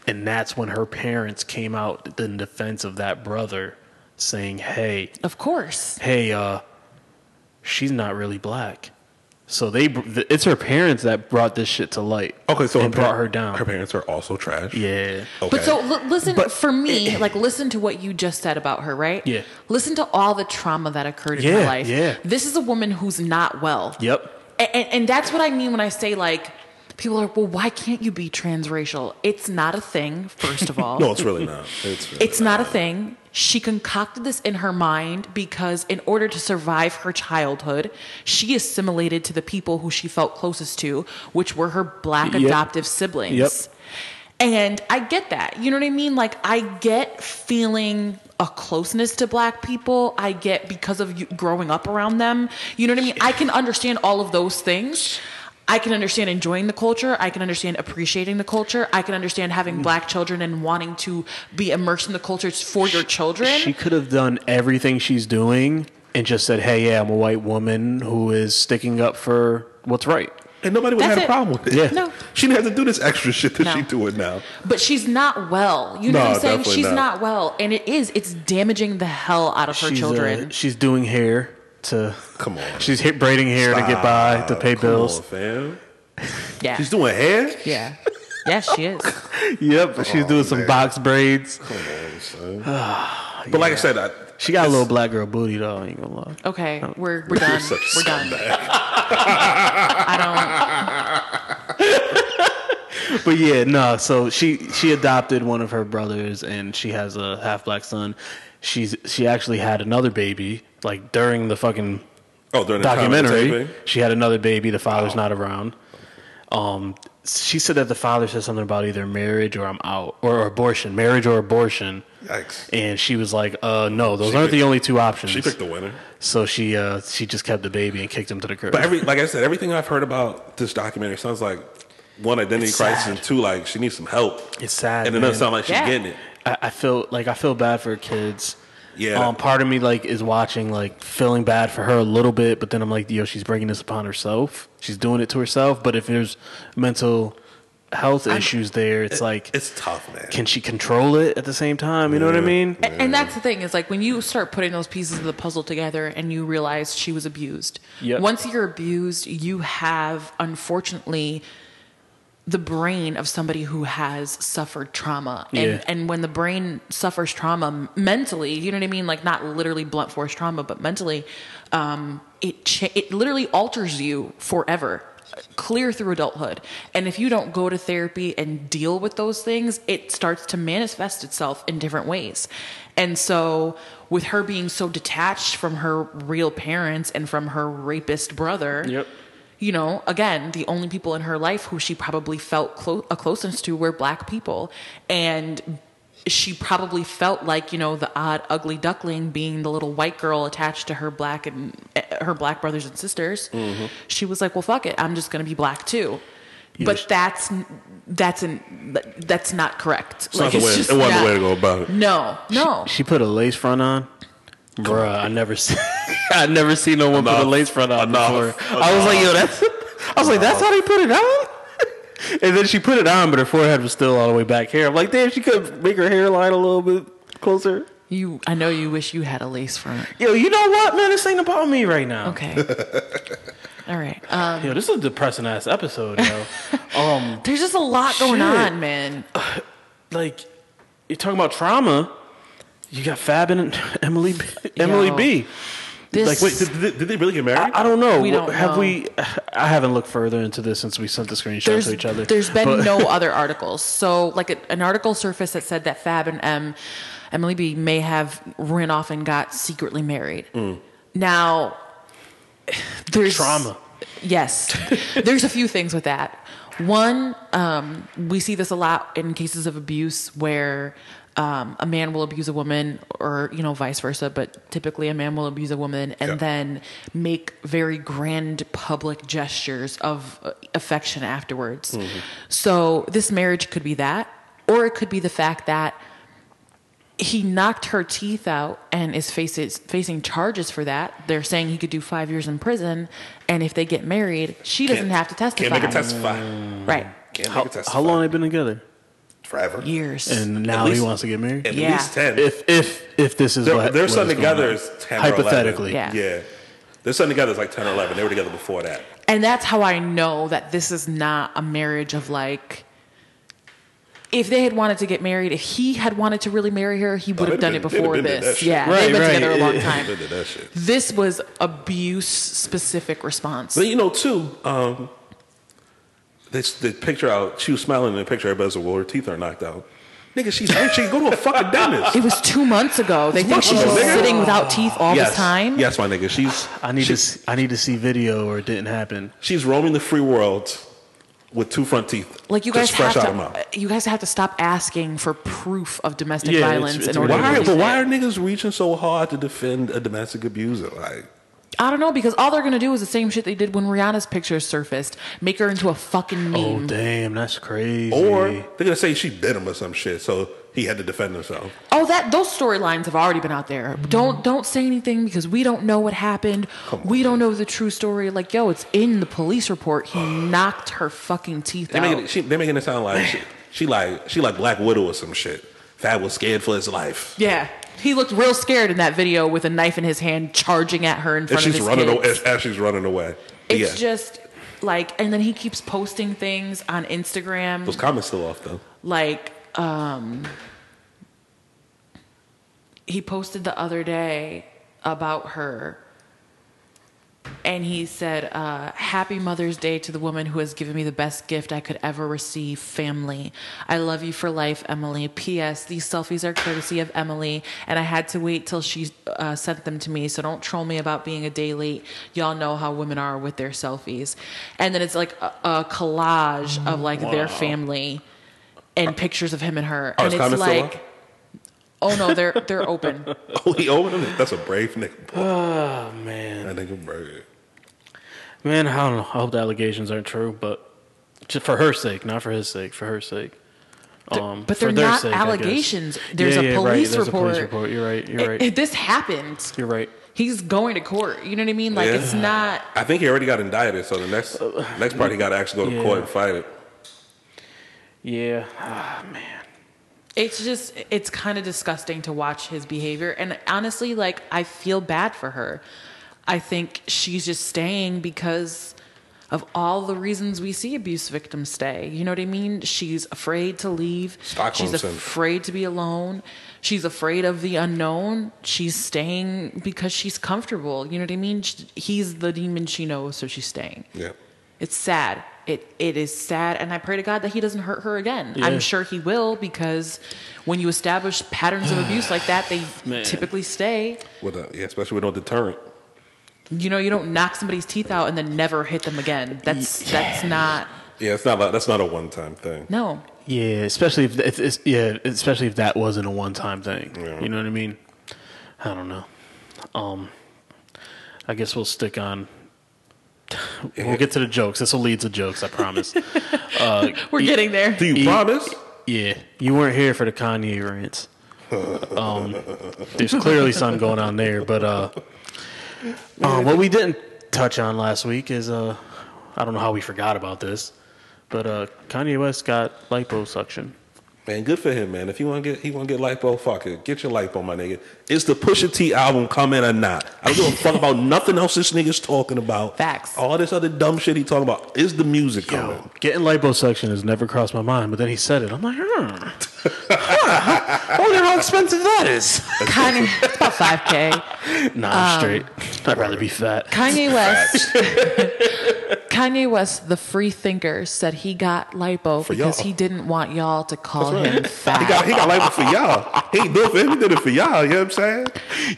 and that's when her parents came out in defense of that brother, saying, "Hey,
of course.
hey, uh, she's not really black." So they, th- it's her parents that brought this shit to light.
Okay, so
and
par- Oh.
brought her down.
Her parents are also trash.
yeah,
Okay.
But so l- listen
But-
for me, like listen to what you just said about her, right?
Yeah.
Listen to all the trauma that occurred in her
Yeah,
life.
yeah.
This is a woman who's not well.
Yep.
A- And, and that's what I mean when I say like people are well, why can't you be transracial? It's not a thing. First of all,
no, it's really not. It's, really
It's not a thing. She concocted this in her mind because, in order to survive her childhood, she assimilated to the people who she felt closest to, which were her black
Yep.
adoptive siblings.
Yep.
And I get that. You know what I mean? Like, I get feeling a closeness to black people. I get because of you growing up around them. You know what I mean? I can understand all of those things. I can understand enjoying the culture. I can understand appreciating the culture. I can understand having black children and wanting to be immersed in the cultures for your children.
She could have done everything she's doing and just said, "Hey, yeah, I'm a white woman who is sticking up for what's right."
And nobody would
That's
have had a
it.
problem with it.
Yeah. No.
She didn't have to do this extra shit that
No.
she doing now.
But she's not well. You know
No,
what I'm saying?
definitely
She's
not.
not. well. And it is. It's damaging the hell out of her
she's, uh,
children.
she's doing hair to
Come on.
She's hit braiding hair to get by to pay
Come
bills.
on, fam.
yeah.
She's doing hair?
yeah. Yeah, she is.
Yep, she's doing some
man.
box braids.
Come on, son. but like I said, I,
She got a
it's-
little black girl booty though. I ain't gonna lie.
Okay. We're we're done.
such a
We're done. I
But yeah, no. So she she adopted one of her brothers, and she has a half black son. She's she actually had another baby like during the fucking
Oh, during the time of the
documentary.
taping?
She had another baby. The father's not around. Um, she said that the father said something about either marriage or I'm out or abortion, marriage or abortion.
Yikes.
And she was like, "Uh, no, those
She
aren't the
picked-
only two options."
She picked the winner.
so she uh she just kept the baby and kicked him to the curb.
But every, like I said, everything I've heard about this documentary sounds like one identity
It's
crisis
sad.
and two like she needs some help.
It's sad,
And it doesn't
man.
sound like she's
Yeah.
getting it.
I, I feel like I feel bad for kids.
Yeah.
Um, part of me like is watching, like feeling bad for her a little bit, but then I'm like, yo, she's bringing this upon herself. She's doing it to herself. But if there's mental health issues there, it's like,
It's tough, man.
can she control it at the same time? You know what I mean?
don't. And that's the thing is like when you start putting those pieces of the puzzle together and you realize she was abused.
Yep.
Once you're abused, you have unfortunately the brain of somebody who has suffered trauma and
Yeah.
and when the brain suffers trauma m- mentally you know what i mean like not literally blunt force trauma but mentally um it cha- it literally alters you forever clear through adulthood and if you don't go to therapy and deal with those things it starts to manifest itself in different ways and so with her being so detached from her real parents and from her rapist brother
Yep.
you know, again, the only people in her life who she probably felt clo- a closeness to were black people. And she probably felt like, you know, the odd ugly duckling being the little white girl attached to her black and eh, her black brothers and sisters.
Mm-hmm.
She was like, well, fuck it. I'm just going to be black too. But that's that's an that's not correct.
It's not the way- it wasn't the way to go about it.
No, no.
She put a lace front on. Bruh, I never see I never seen no one put a
Enough.
lace front on
Enough.
before. I was like, yo, that's I was like, that's how they put it on? and then she put it on, but her forehead was still all the way back here. I'm like, damn, she could make her hairline a little bit closer.
you, I know you wish you had a lace front.
Yo, you know what, man? This ain't about me right now.
Okay. All right. Um,
Yo, this is a depressing ass episode, yo. um,
there's just a lot going
Shit.
on, man.
like you're talking about trauma. You got Fab and Emily Emily
Yo.
B.
This
Like,
Wait, did, did, did they really get married?
I, I don't know.
We don't
have
know.
we? I haven't looked further into this since we sent the screenshot to each other.
There's been
But-
no other articles. So, like, a, an article surfaced that said that Fab and M, Emily B may have ran off and got secretly married.
Mm.
Now, there's
Trauma.
Yes, there's a few things with that. One, um, we see this a lot in cases of abuse where um, a man will abuse a woman, or you know, vice versa. But typically, a man will abuse a woman and
Yeah.
then make very grand public gestures of uh, affection afterwards. So this marriage could be that, or it could be the fact that he knocked her teeth out and is faces, facing charges for that. They're saying he could do five years in prison, and if they get married, she doesn't have to testify.
Can't make her testify.
Right,
Can't
How,
make her testify.
how long they been together?
Forever.
years.
And now he
least-
wants to get married.
At
Yeah.
least 10.
if if if this is
Their,
what
their
what
son
is going
together
on.
is 10 or 11.
hypothetically.
Yeah.
Yeah. Their son together is like 10 or 11. They were together before that.
and that's how I know that this is not a marriage of like. If they had wanted to get married, if he had wanted to really marry her, he would have
they'd
done
have
it
been- they'd have
before
been doing that
this.
shit.
Yeah,
Right,
they've been
right.
together a long
Yeah.
time.
They did that shit.
This was abuse specific response.
But you know, too, um, this the picture out. She was smiling in the picture. Everybody said, "Well, her teeth are knocked out." Nigga, she's she Go to a fucking dentist.
It was two months ago. They think
Months
she
ago,
was
nigga.
sitting without teeth all
yes.
this time. Ah,
Yes, my nigga. She's
I need
she-
to s- I need to see video or it didn't happen.
she's roaming the free world, with two front teeth,
Like you guys
just fresh
have
out
to,
of mouth.
you guys have to stop asking for proof of domestic
Yeah, it's-
violence
it's
in order. to
Why,
release
but why
it.
are niggas reaching so hard to defend a domestic abuser? Like,
I don't know because all they're gonna do is the same shit they did when Rihanna's pictures surfaced, make her into a fucking
Oh
meme.
damn, that's crazy.
or they're gonna say she bit him or some shit, so he had to defend himself.
Oh, that those storylines have already been out there. Don't don't say anything because we don't know what happened.
Come on,
we don't know the true story. Like, yo, it's in the police report. He knocked her fucking teeth
They
out.
making it, she, they're making it sound like she, she like she like Black Widow or some shit. Fab was scared for his life.
yeah, he looked real scared in that video with a knife in his hand, charging at her in
And
front of
she's
his
running
kids.
away. As, as she's running away,
It's
yeah.
just like, and then he keeps posting things on Instagram,
Those comments still off though.
like um, he posted the other day about her. And he said, uh, Happy Mother's Day to the woman who has given me the best gift I could ever receive family. I love you for life, Emily. P.S. These selfies are courtesy of Emily, and I had to wait till she uh, sent them to me, so don't troll me about being a day late. Y'all know how women are with their selfies. And then it's like a, a collage of like their family and pictures of him and her. and
Are his
it's
comments still
like, oh no, they're, they're open.
Oh, he opened it. That's a brave nigga. Boy,
oh man,
that nigga brave.
man. I don't know. I hope the allegations aren't true, but just for her sake, not for his sake, for her sake. Um,
but
for
they're
their
not
sake, I guess.
allegations. There's
Yeah,
a
yeah, right.
police
There's a
report.
police report. You're right. You're right.
It- this happened.
You're right.
He's going to court. You know what I mean? Like
Yeah.
it's not.
I think he already got indicted, so the next next part he got to actually go to
Yeah.
court and fight it.
Yeah.
It's just. It's kind of disgusting to watch his behavior. And honestly, like I feel bad for her. I think she's just staying because of all the reasons we see abuse victims stay. You know what I mean? She's afraid to leave.
Stockholm
she's
syndrome.
afraid to be alone. She's afraid of the unknown. She's staying because she's comfortable. You know what I mean? Sh- He's the demon she knows, so she's staying.
Yeah.
It's sad. It it is sad, and I pray to God that he doesn't hurt her again.
Yeah.
I'm sure he will because when you establish patterns of abuse like that, they
Man.
typically stay.
With a, yeah, especially with no deterrent.
You know, you don't knock somebody's teeth out and then never hit them again. That's that's not
Yeah, it's not like, that's not a one time thing.
no.
Yeah, especially if, if it's, yeah, especially if that wasn't a one-time thing.
Yeah.
You know what I mean? I don't know. Um, I guess we'll stick on. We'll get to the jokes. This will lead to jokes. I promise. E-
We're getting there.
Do you promise?
yeah, you weren't here for the Kanye rants. Um, there's clearly something going on there, but uh, um, what we didn't touch on last week is uh, I don't know how we forgot about this, but uh, Kanye West got liposuction.
Man, good for him, man. If you want to get, he want to get lipo. Fuck it, get your lipo, my nigga. It's the Pusha T album coming or not. I don't give a fuck about nothing else this nigga's talking about.
Facts.
All this other dumb shit he talking about is the music coming.
Getting liposuction has never crossed my mind, but then he said it. I'm like, hmm. Huh. I wonder how expensive that is.
Kanye, it's about five k.
Nah,
Um,
I'm straight. I'd rather be fat.
Kanye West. Kanye West, the free thinker, said he got lipo because
y'all.
he didn't want y'all to call him fat.
He got, he got lipo for y'all. He ain't do it for him. He did it for y'all. You know what I'm saying?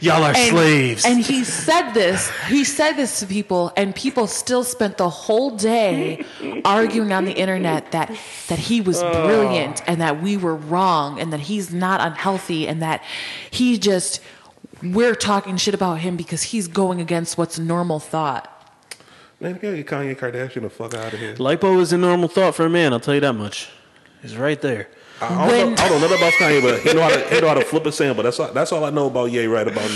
Y'all are slaves.
And he said this. He said this to people, and people still spent the whole day arguing on the internet that that he was brilliant and that we were wrong and that he's not unhealthy and that he just we're talking shit about him because he's going against what's normal thought.
Man, get Kanye Kardashian the fuck out of here.
Lipo is a normal thought for a man. I'll tell you that much. It's right there.
I don't, know, I don't know nothing about Kanye, but he know how to, he know how to flip a sample. That's all, that's all I know about Ye right about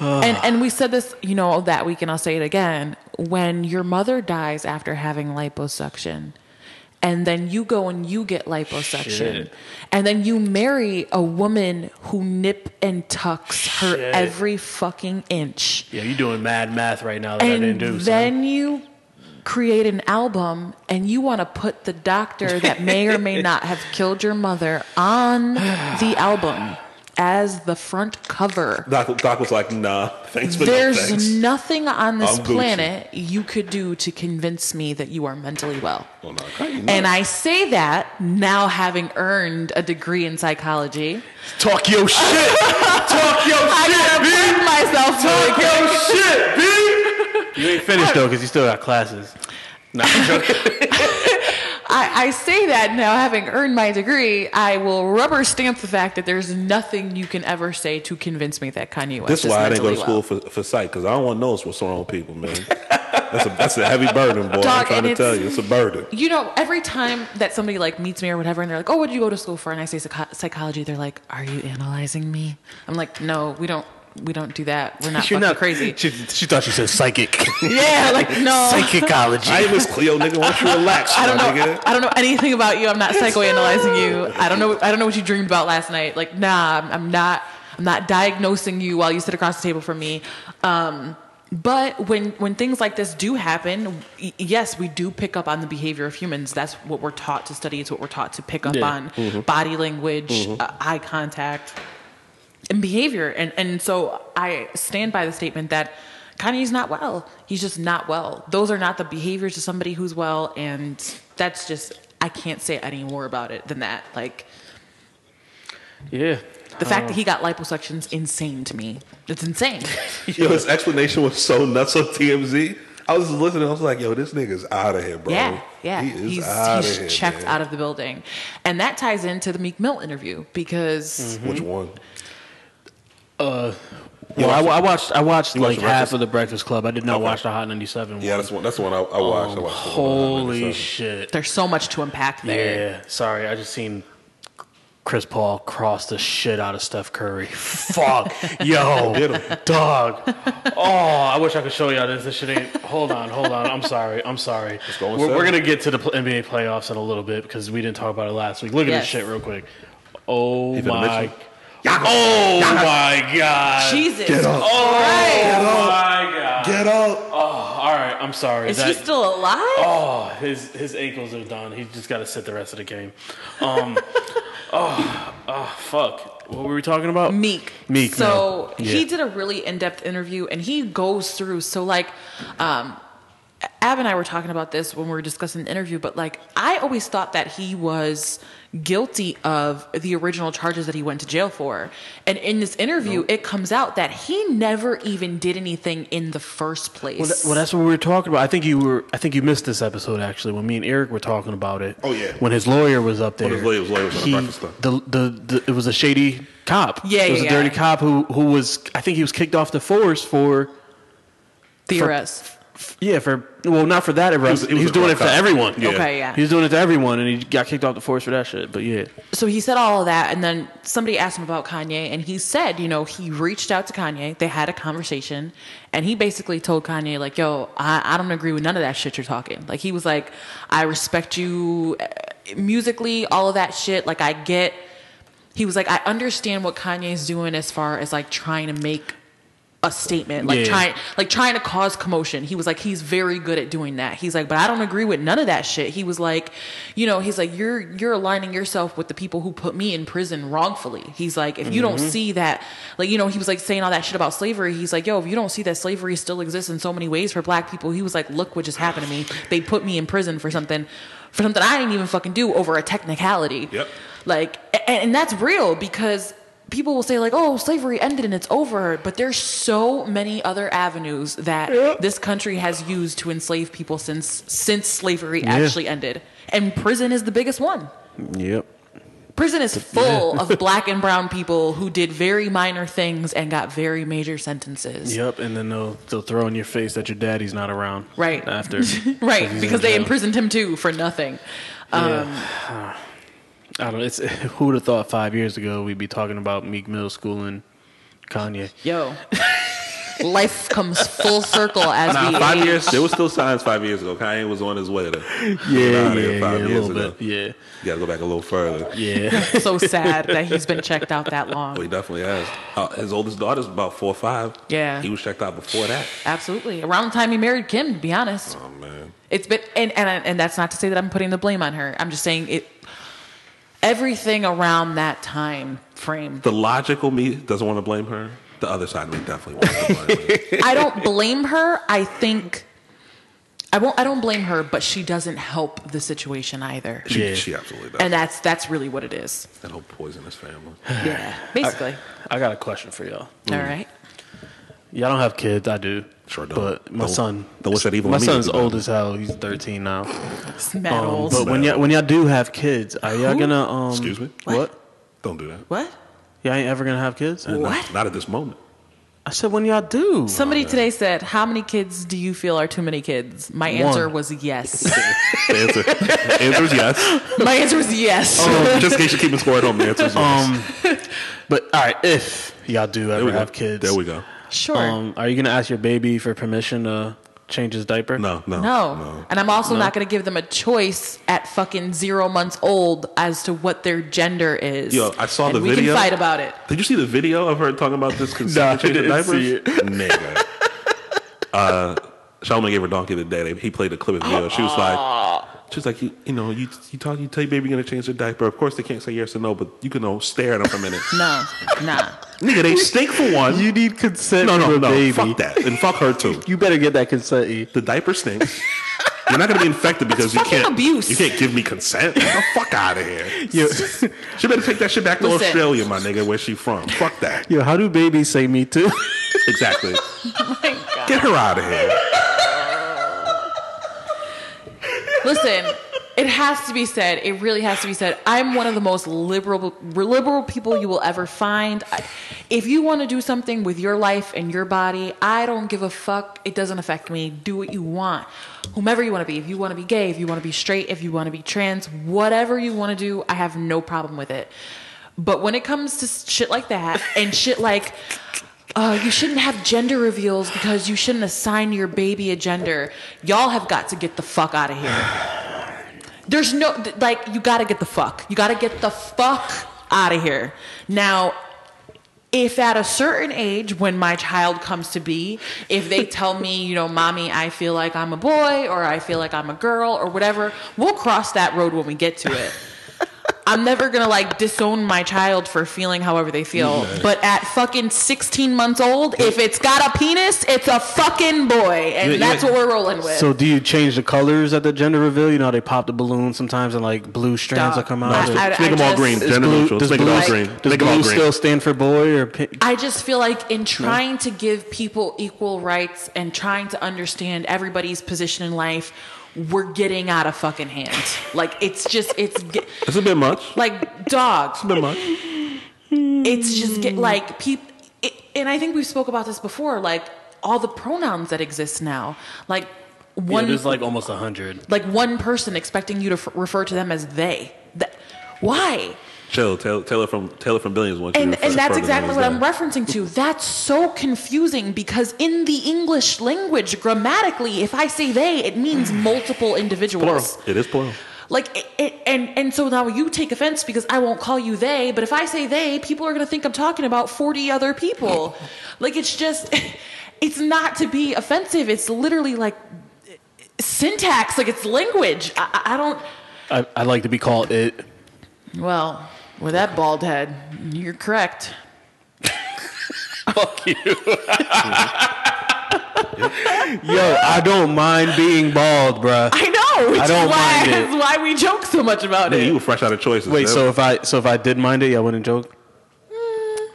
now.
and and we said this, you know, that week, and I'll say it again. When your mother dies after having liposuction, and then you go and you get liposuction,
Shit.
and then you marry a woman who nip and tucks her
Shit.
every fucking inch,
Yeah, you're doing mad math right now that I didn't
and
do.
then you create an album and you want to put the doctor that may or may not have killed your mother on the album as the front cover.
Doc, Doc was like, nah, thanks for no
There's
thanks.
nothing on this
I'm Gucci.
planet you could do to convince me that you are mentally well.
Well, nah, Kanye,
And
nah.
I say that now having earned a degree in psychology.
talk your shit. talk your
I gotta prove myself to
Talk
it.
your shit, B.
You ain't finished though, because you still got classes.
I, I say that now, having earned my degree, I will rubber stamp the fact that there's nothing you can ever say to convince me that Kanye West.
This is
is
why I didn't go to
mentally
school
well.
for, for psych because I don't want to know what's wrong with people, man. That's a that's a heavy burden, boy. I'm
Dog,
trying
and
to tell
it's-
you, it's a burden.
you know, every time that somebody like meets me or whatever, and they're like, "Oh, what did you go to school for?" and I say psycho- psychology, they're like, "Are you analyzing me?" I'm like, "No, we don't, we don't do that. We're not
You're
fucking
not-
crazy."
She, she thought she said psychic.
yeah, like no,
Psychicology.
I Miss Cleo, nigga. Why don't you relax?
I don't
my
know.
nigga?
I don't know anything about you. I'm not psychoanalyzing you. I don't know. I don't know what you dreamed about last night. Like, nah, I'm, I'm not. I'm not diagnosing you while you sit across the table from me. Um, but when when things like this do happen, y- yes, we do pick up on the behavior of humans. That's what we're taught to study. It's what we're taught to pick up
Yeah.
on body language, uh, eye contact and behavior. And and so I stand by the statement that Kanye's not well. He's just not well. Those are not the behaviors of somebody who's well, and that's just I can't say any more about it than that. Like
Yeah.
the fact that he got liposuction's insane to me. It's insane.
Yo, his explanation was so nuts on TMZ. I was listening. I was like, yo, this nigga's out of here, bro.
Yeah, yeah.
He is
he's
out
he's
of here.
checked
man.
out of the building, and that ties into the Meek Mill interview because
Which one?
Well, I, I watched. I watched
watched
like
The
half
Breakfast-
of the Breakfast Club. I did not
Okay.
watch the Hot ninety seven.
Yeah, that's the one. That's the one I, I watched. I watched the one on
Holy
97.
shit.
there's so much to unpack there.
Yeah, sorry, I just seen Chris Paul cross the shit out of Steph Curry. Fuck, yo, dog. Oh, I wish I could show y'all this. This shit ain't. Hold on, hold on. I'm sorry. I'm sorry.
going
We're, we're
seven.
gonna get to the pl- NBA playoffs in a little bit because we didn't talk about it last week. Look at
Yes.
this shit real quick. Oh
Even
my.
Mitchell?
Oh my god.
Jesus,
up.
Christ.
Oh my god.
Get up.
Oh, all right. I'm sorry.
is he
That-
still alive?
Oh, his his ankles are done. He's just got to sit the rest of the game. Um, oh, oh, fuck. What were we talking about?
Meek.
Meek.
So
Mill.
he
Yeah.
did a really in depth interview and he goes through. So, like, um, Ab and I were talking about this when we were discussing the interview, but like, I always thought that he was guilty of the original charges that he went to jail for. And in this interview, it comes out that he never even did anything in the first place.
Well, that- well, that's what we were talking about. I think you were. I think you missed this episode actually when me and Eric were talking about it.
Oh, yeah.
When his lawyer was up there.
his lawyer was- lawyer was on the
he-
breakfast club.
the, the, the it was a shady cop.
Yeah,
it was
yeah,
a dirty
yeah.
cop who who was. I think he was kicked off the force for.
Theorist.
Yeah, for well, not for that arrest.
he
He was,
was a
doing
rough
it for
cop.
everyone.
Yeah.
Okay, yeah.
He was doing it to everyone, and he got kicked off the force for that shit. But yeah,
so he said all of that and then somebody asked him about kanye and he said you know he reached out to kanye they had a conversation and he basically told kanye like yo i, I don't agree with none of that shit you're talking like he was like i respect you uh, musically all of that shit like i get he was like i understand what kanye's doing as far as like trying to make a statement like
Yeah.
trying like trying to cause commotion he was like he's very good at doing that he's like but i don't agree with none of that shit he was like you know he's like you're you're aligning yourself with the people who put me in prison wrongfully he's like if you don't see that like you know he was like saying all that shit about slavery he's like yo if you don't see that slavery still exists in so many ways for black people he was like look what just happened to me they put me in prison for something for something i didn't even fucking do over a technicality
Yep.
like a- and, and that's real because people will say like oh slavery ended and it's over but there's so many other avenues that this country has used to enslave people since since slavery actually ended and prison is the biggest one
yep.
prison is full of black and brown people who did very minor things and got very major sentences
Yep, and then they'll they'll throw in your face that your daddy's not around.
Right.
After.
right
he's
because
in
they
jail.
imprisoned him too for nothing Um,
I don't know. It's who would have thought five years ago we'd be talking about Meek Mill School and Kanye.
yo life comes full circle as
Nah,
we
five
age.
years. There was still signs five years ago. Kanye was on his way to. Yeah,
a little bit.
You gotta go back a little further.
Yeah, yeah.
so sad that he's been checked out that long
Oh, he definitely has. Uh, his oldest daughter's about four or five.
Yeah.
He was checked out before that.
Absolutely. Around the time he married Kim, to be honest.
Oh, man.
It's been and, and and that's not to say that I'm putting the blame on her. I'm just saying it everything around that time frame.
The logical me doesn't want to blame her. The other side of me definitely wants to blame her.
I don't blame her. I think I won't I don't blame her, but she doesn't help the situation either.
She,
Yeah.
she absolutely does.
And that's that's really what it is.
that whole poisonous family.
Yeah. Basically.
I got a question for y'all.
All right.
Yeah, I don't have kids. I do.
Sure don't.
But my
Don't-
son.
don't wish that evil
My
on me,
son's
but-
old as hell. He's 13 now. Um,
Metals.
but when y'all when y'all do have kids, are y'all
Who?
gonna um?
Excuse me?
What?
Don't do that.
what?
Y'all ain't ever gonna have kids?
Not-
What?
Not at this moment.
I said when y'all do.
Somebody today said, "How many kids do you feel are too many kids?" My answer was yes.
The answer, the answer is yes.
My answer was yes.
Oh.
Just in case you're keeping score at home, the answer is yes.
Um, but all right, if y'all do
there
ever
we go.
have kids,
There we go.
sure.
Um, are you gonna ask your baby for permission to change his diaper?
No, no,
no.
no.
And I'm also not going to give them a choice at fucking zero months old as to what their gender is.
Yo, I saw
and
the
we
video.
can fight about it.
Did you see the video of her talking about this consent to
Nah, I
change of
didn't see
diapers? Nigga. uh, Charlamagne gave her donkey the day. He played a clip of the video. She was like, she was like, you, you know, you you talk, you tell your baby you're gonna change the diaper. Of course they can't say yes or no, but you can you know, stare at them for a minute.
No, nah.
Nigga, they stink for one.
You need consent
no,
from
no,
a
no.
baby.
Fuck that, and fuck her too.
You better get that consent. E.
The diaper stinks. You're not gonna be infected because you
That's fucking
can't
abuse.
You can't give me consent. Get the fuck out of here.
Yo,
She better take that shit back to
Listen.
Australia, my nigga. Where she from? Fuck that.
yo, how do babies say me too?
Exactly.
Oh
Get her out of here.
Listen, it has to be said. It really has to be said. I'm one of the most liberal liberal people you will ever find. I, if you want to do something with your life and your body, I don't give a fuck. It doesn't affect me. Do what you want. Whomever you want to be. If you want to be gay, if you want to be straight, if you want to be trans, whatever you want to do, I have no problem with it. But when it comes to s- shit like that and shit like uh, you shouldn't have gender reveals because you shouldn't assign your baby a gender. Y'all have got to get the fuck out of here. There's no th- like you gotta get the fuck. You gotta get the fuck out of here. Now, if at a certain age when my child comes to be, if they tell me, you know, mommy, I feel like I'm a boy or I feel like I'm a girl or whatever, we'll cross that road when we get to it. I'm never gonna like disown my child for feeling however they feel. But at fucking 16 months old, if it's got a penis, it's a fucking boy. And
Yeah,
that's
yeah.
what we're rolling with.
so do you change the colors at the gender reveal? You know how they pop the balloon sometimes and like blue strands
Dog.
will come
No,
out.
I-
Or-
I-
Just make them all
just-
green.
Is
Gender
blue,
neutral.
does
Just
blue,
make them all
like-
green.
does
Make them all
blue
green.
still stand for boy or pink?
I just feel like in trying to give people equal rights and trying to understand everybody's position in life, we're getting out of fucking hand. Like it's just it's get,
It's a bit much.
like dog.
It's a bit much.
It's just get like people. And I think we spoke about this before. Like all the pronouns that exist now. Like one
almost a hundred.
like one person expecting you to f- refer to them as they. That, why?
Chill. Taylor, Taylor from Taylor from Billions wants you
and,
to refer-
and that's
refer to
exactly
them
what
as
I'm
that.
referencing to. That's so confusing because in the English language, grammatically, if I say they, it means multiple individuals.
Plural. It is plural.
Like it, it, and and so now you take offense because I won't call you they, but if I say they, people are going to think I'm talking about 40 other people. like it's just it's not to be offensive. It's literally like syntax, like it's language. I, I I don't
I, I like to be called it.
well, with that bald head, you're correct.
Yo, I don't mind being bald, bruh.
I know. Which
I don't
is why,
mind it.
that's why we joke so much about
Nigga,
it.
you were fresh out of choices.
Wait,
man.
so if I so if I did mind it, y'all wouldn't joke.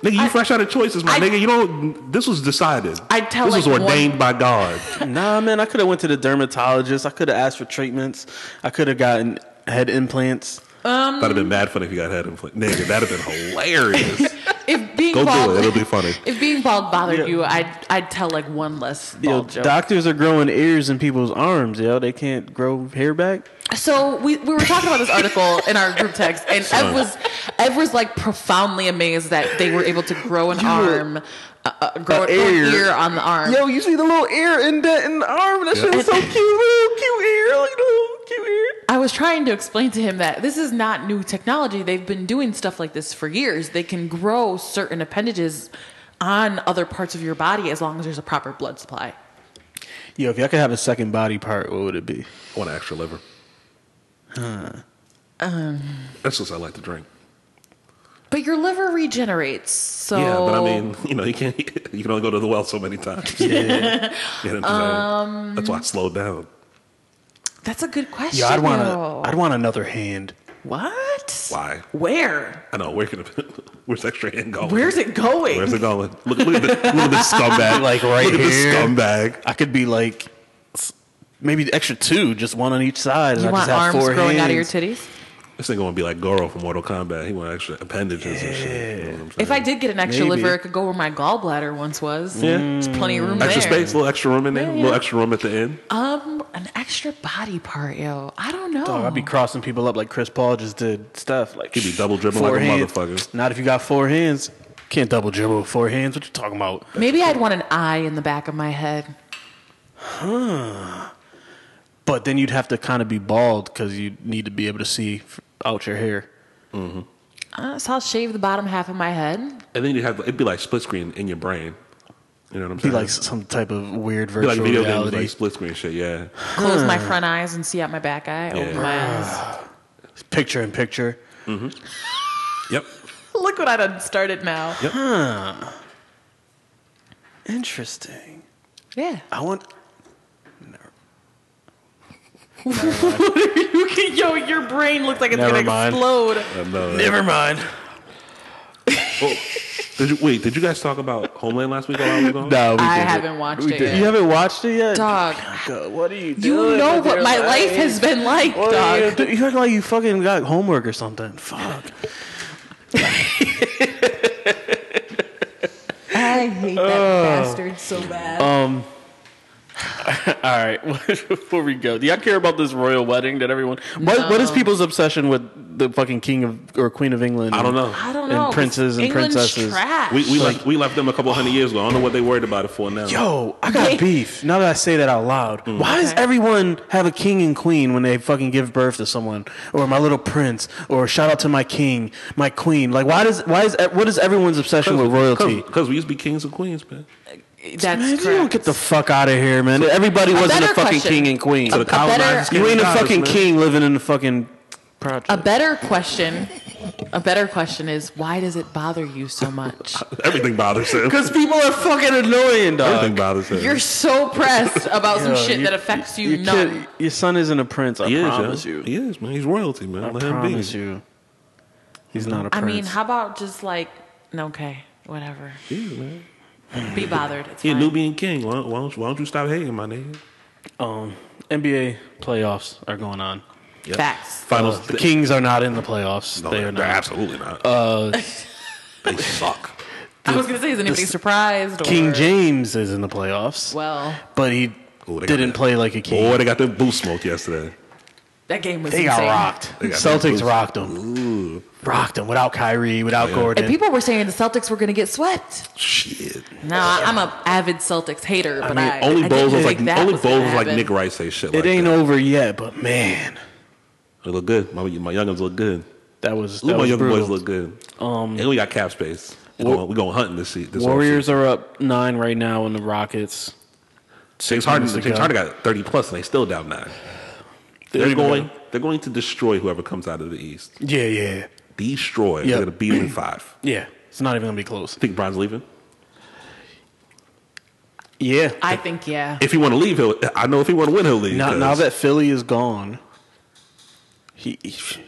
nigga, you fresh out of choices, my
I-
nigga. You don't. This was decided.
I tell, like,
This was ordained by God.
Nah, man, I could have went to the dermatologist. I could have asked for treatments. I could have gotten head implants.
Um,
That'd have been mad funny if you got head infl- Nigga, that'd have been hilarious.
if being
Go
bald,
do it. It'll be funny.
If being bald bothered you, I'd I'd tell like one less bald
Yo,
joke.
doctors are growing ears in people's arms. Yo, they can't grow hair back.
so we, we were talking about this article in our group text, and Ev was Ev was like profoundly amazed that they were able to grow an arm, uh, uh,
A
grow, an- grow an
ear.
ear on the arm.
Yo, you see the little ear indent in the arm? That shit is so cute. Little cute ear, like the little cute ear.
I was trying to explain to him that this is not new technology. They've been doing stuff like this for years. They can grow certain appendages on other parts of your body as long as there's a proper blood supply.
Yo, if y'all could have a second body part, what would it be?
I want an extra liver. That's just I like to drink.
But your liver regenerates, so
Yeah, but I mean, you know, you can't. You can only go to the well so many times. You know what I'm saying?
Um,
That's why I slowed down.
that's a good question.
Yo, I'd want
though.
to. I'd want another hand.
what? What?
Why?
Where?
I know. Where can it, where's extra hand going?
Where's it going?
Where's it going? Look, look at the, look at this scumbag.
Like, right
look
here.
At this scumbag.
I could be like s- maybe the extra two, just one on each side. And
You
I
want
just have
arms
four
growing out of your
hands.
titties?
This thing gonna be like Goro from Mortal Kombat. He want extra appendages and shit. You know what I'm
If I
saying?
did get an extra
Maybe.
liver, it could go where my gallbladder once was. Yeah, there's plenty of room
extra
there.
space, a little extra room in there, a little extra room at the end.
Um, an extra body part, yo. I don't know.
Dog, I'd be crossing people up like Chris Paul just did stuff. Like
He'd be double dribbling
four
like a
hands.
motherfucker.
Not if you got four hands. Can't double dribble with four hands. What you talking about?
Maybe I'd want an eye in the back of my head.
But then you'd have to kind of be bald because you need to be able to see f- out your hair.
Uh, so I'll shave the bottom half of my head.
And then you have it'd be like split screen in your brain. You know what I'm
Be
saying?
like s- some type of weird
Be like
virtual
video
reality.
games, like split screen shit. Yeah,
Close my front eyes and see out my back eye. Open
Yeah.
my eyes.
picture in picture.
yep,
Look what I done started now.
Interesting.
Yeah.
I want.
Yo, your brain looks like it's
Never
gonna
mind.
explode.
I know.
Never mind.
Oh, did you wait? Did you guys talk about Homeland last week while I was gone?
No, we
I
did it.
haven't watched
We
it
did
yet.
You haven't watched it yet,
Dog.
God, what are you doing?
You know
with
what
your
my life has been like,
What are you,
dog.
do- you act like you fucking got homework or something. Fuck.
I hate that
Oh.
bastard so bad.
Um, All right, before we go, do y'all care about this royal wedding that everyone? What, what is
No.
people's obsession with the fucking king of or queen of England?
I don't know.
I don't
and
know. 'cause
princes and
England's
princesses.
Trash.
We, we left we left them a couple hundred years ago. I don't know what they worried about it for now.
Yo, I got
Yeah.
beef. Now that I say that out loud, why does
Uh-huh. Mm. Okay.
everyone have a king and queen when they fucking give birth to someone, or my little prince, or shout out to my king, my queen? Like, why does why is e, what is everyone's obsession with royalty?
because we used to be kings and queens, man.
That's
Man, you don't
correct.
get the fuck out of here, man. Everybody wasn't a
better
fucking
question.
king and queen.
So the colonizers
you ain't
came
a
and got us,
fucking
man.
king living in the fucking project.
A better question. A better question is why does it bother you so much?
Everything bothers him.
Because people are fucking annoying, dog.
Everything bothers him.
You're so pressed about some
Yo,
shit
you-
that affects you.
your
none.
kid- your son isn't a prince. I
he is, yo.
promise you.
He is, man. He's royalty, man.
I
Let him
promise
be.
you. He's not a
I
prince.
mean, how about just like no, okay, whatever.
He is, man.
Be bothered. It's
He a
fine.
Nubian king. Why, why don't you, why don't you stop hating, my nigga?
um, NBA playoffs are going on.
Facts.
Finals.
The Kings are not in the playoffs.
No,
they are
they're
not.
absolutely not. Uh, they suck.
I was gonna say, is anybody surprised? Or,
King James is in the playoffs,
Well,
but he
Ooh, they got
didn't
that.
play like a king.
Boy, they got the boot smoke yesterday.
that game was
they got
insane.
rocked.
They got
Celtics
booed.
rocked them. Rocked them without Kyrie, without Gordon.
And people were saying the Celtics were gonna get swept.
Shit.
No, I'm a avid Celtics hater,
I
but
mean,
I,
only
I
Bowles
didn't
was
think
like
that
only
was gonna
Bowles was like
happen.
Nick Rice say shit.
it
like
ain't
that.
over yet, but man,
They look good. My, my youngins look good.
that was that
Look, my
was
young
brutal.
boys look good. Um, and we got cap space. We're
Wa-
going, we going hunting this seat. This
Warriors are up nine right now on the Rockets.
James Harden.
minutes ago.
James Harden got thirty plus, and they still down nine. They're going. They're going to destroy whoever comes out of the East.
Yeah, yeah,
Destroy.
Yeah.
They're going to beat them in five.
yeah. It's not even gonna be close.
Think Bron's leaving?
Yeah.
I think yeah.
If he want to leave, he'll. I know if he want to win, he'll leave.
Now,
'cause
now that Philly is gone, he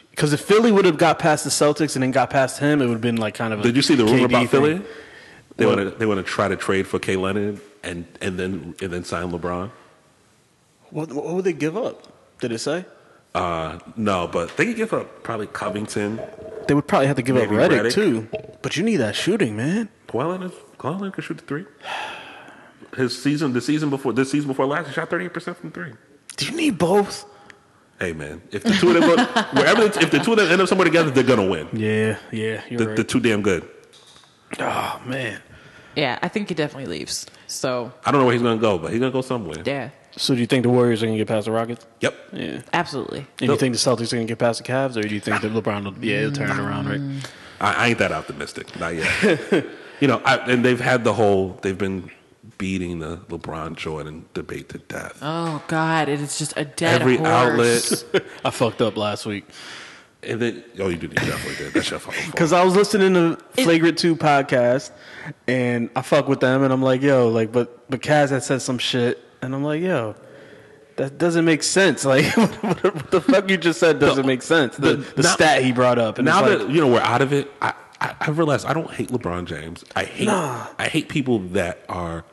because if Philly would have got past the Celtics and then got past him, it would have been like kind of. A
did you see the rumor
KD
about
thing.
Philly? They want to. They want to try to trade for K Leonard and and then and then sign LeBron.
What, what would they give up? Did it say
Uh, no, but they could give up probably Covington.
they would probably have to give
Maybe
up Reddick
Reddick.
too? But you need that shooting, man.
Kawhi Leonard, Kawhi Leonard could shoot the three. His season, the season before, this season before last, he shot thirty eight percent from three.
Do you need both?
Hey man, if the two of them go, wherever, the, if the two of them end up somewhere together, they're gonna win.
Yeah, yeah, you're
The,
right.
the two damn good.
oh man.
Yeah, I think he definitely leaves. So
I don't know where he's gonna go, but he's gonna go somewhere.
yeah,
So do you think the Warriors are gonna get past the Rockets?
Yep.
Yeah.
absolutely.
And you think the Celtics are gonna get past the Cavs, or do you think that LeBron will yeah he'll turn it around, right?
I, I ain't that optimistic. Not yet. you know, I, and they've had the whole. They've been beating the LeBron Jordan debate to death.
Oh God, it is just a dead
Every
horse.
outlet,
I fucked up last week.
and then oh, you did you definitely did. That's your fucking fault.
Because I was listening to Flagrant Two podcast, and I fuck with them, and I'm like, yo, like, but but Kaz had said some shit, and I'm like, yo,
That doesn't make sense. Like what, the fuck you just said doesn't make sense. The,
but
the
now-
stat he brought up. And
now
it's like,
that you know we're out of it, I, I I realize I don't hate LeBron James. I hate I hate people that are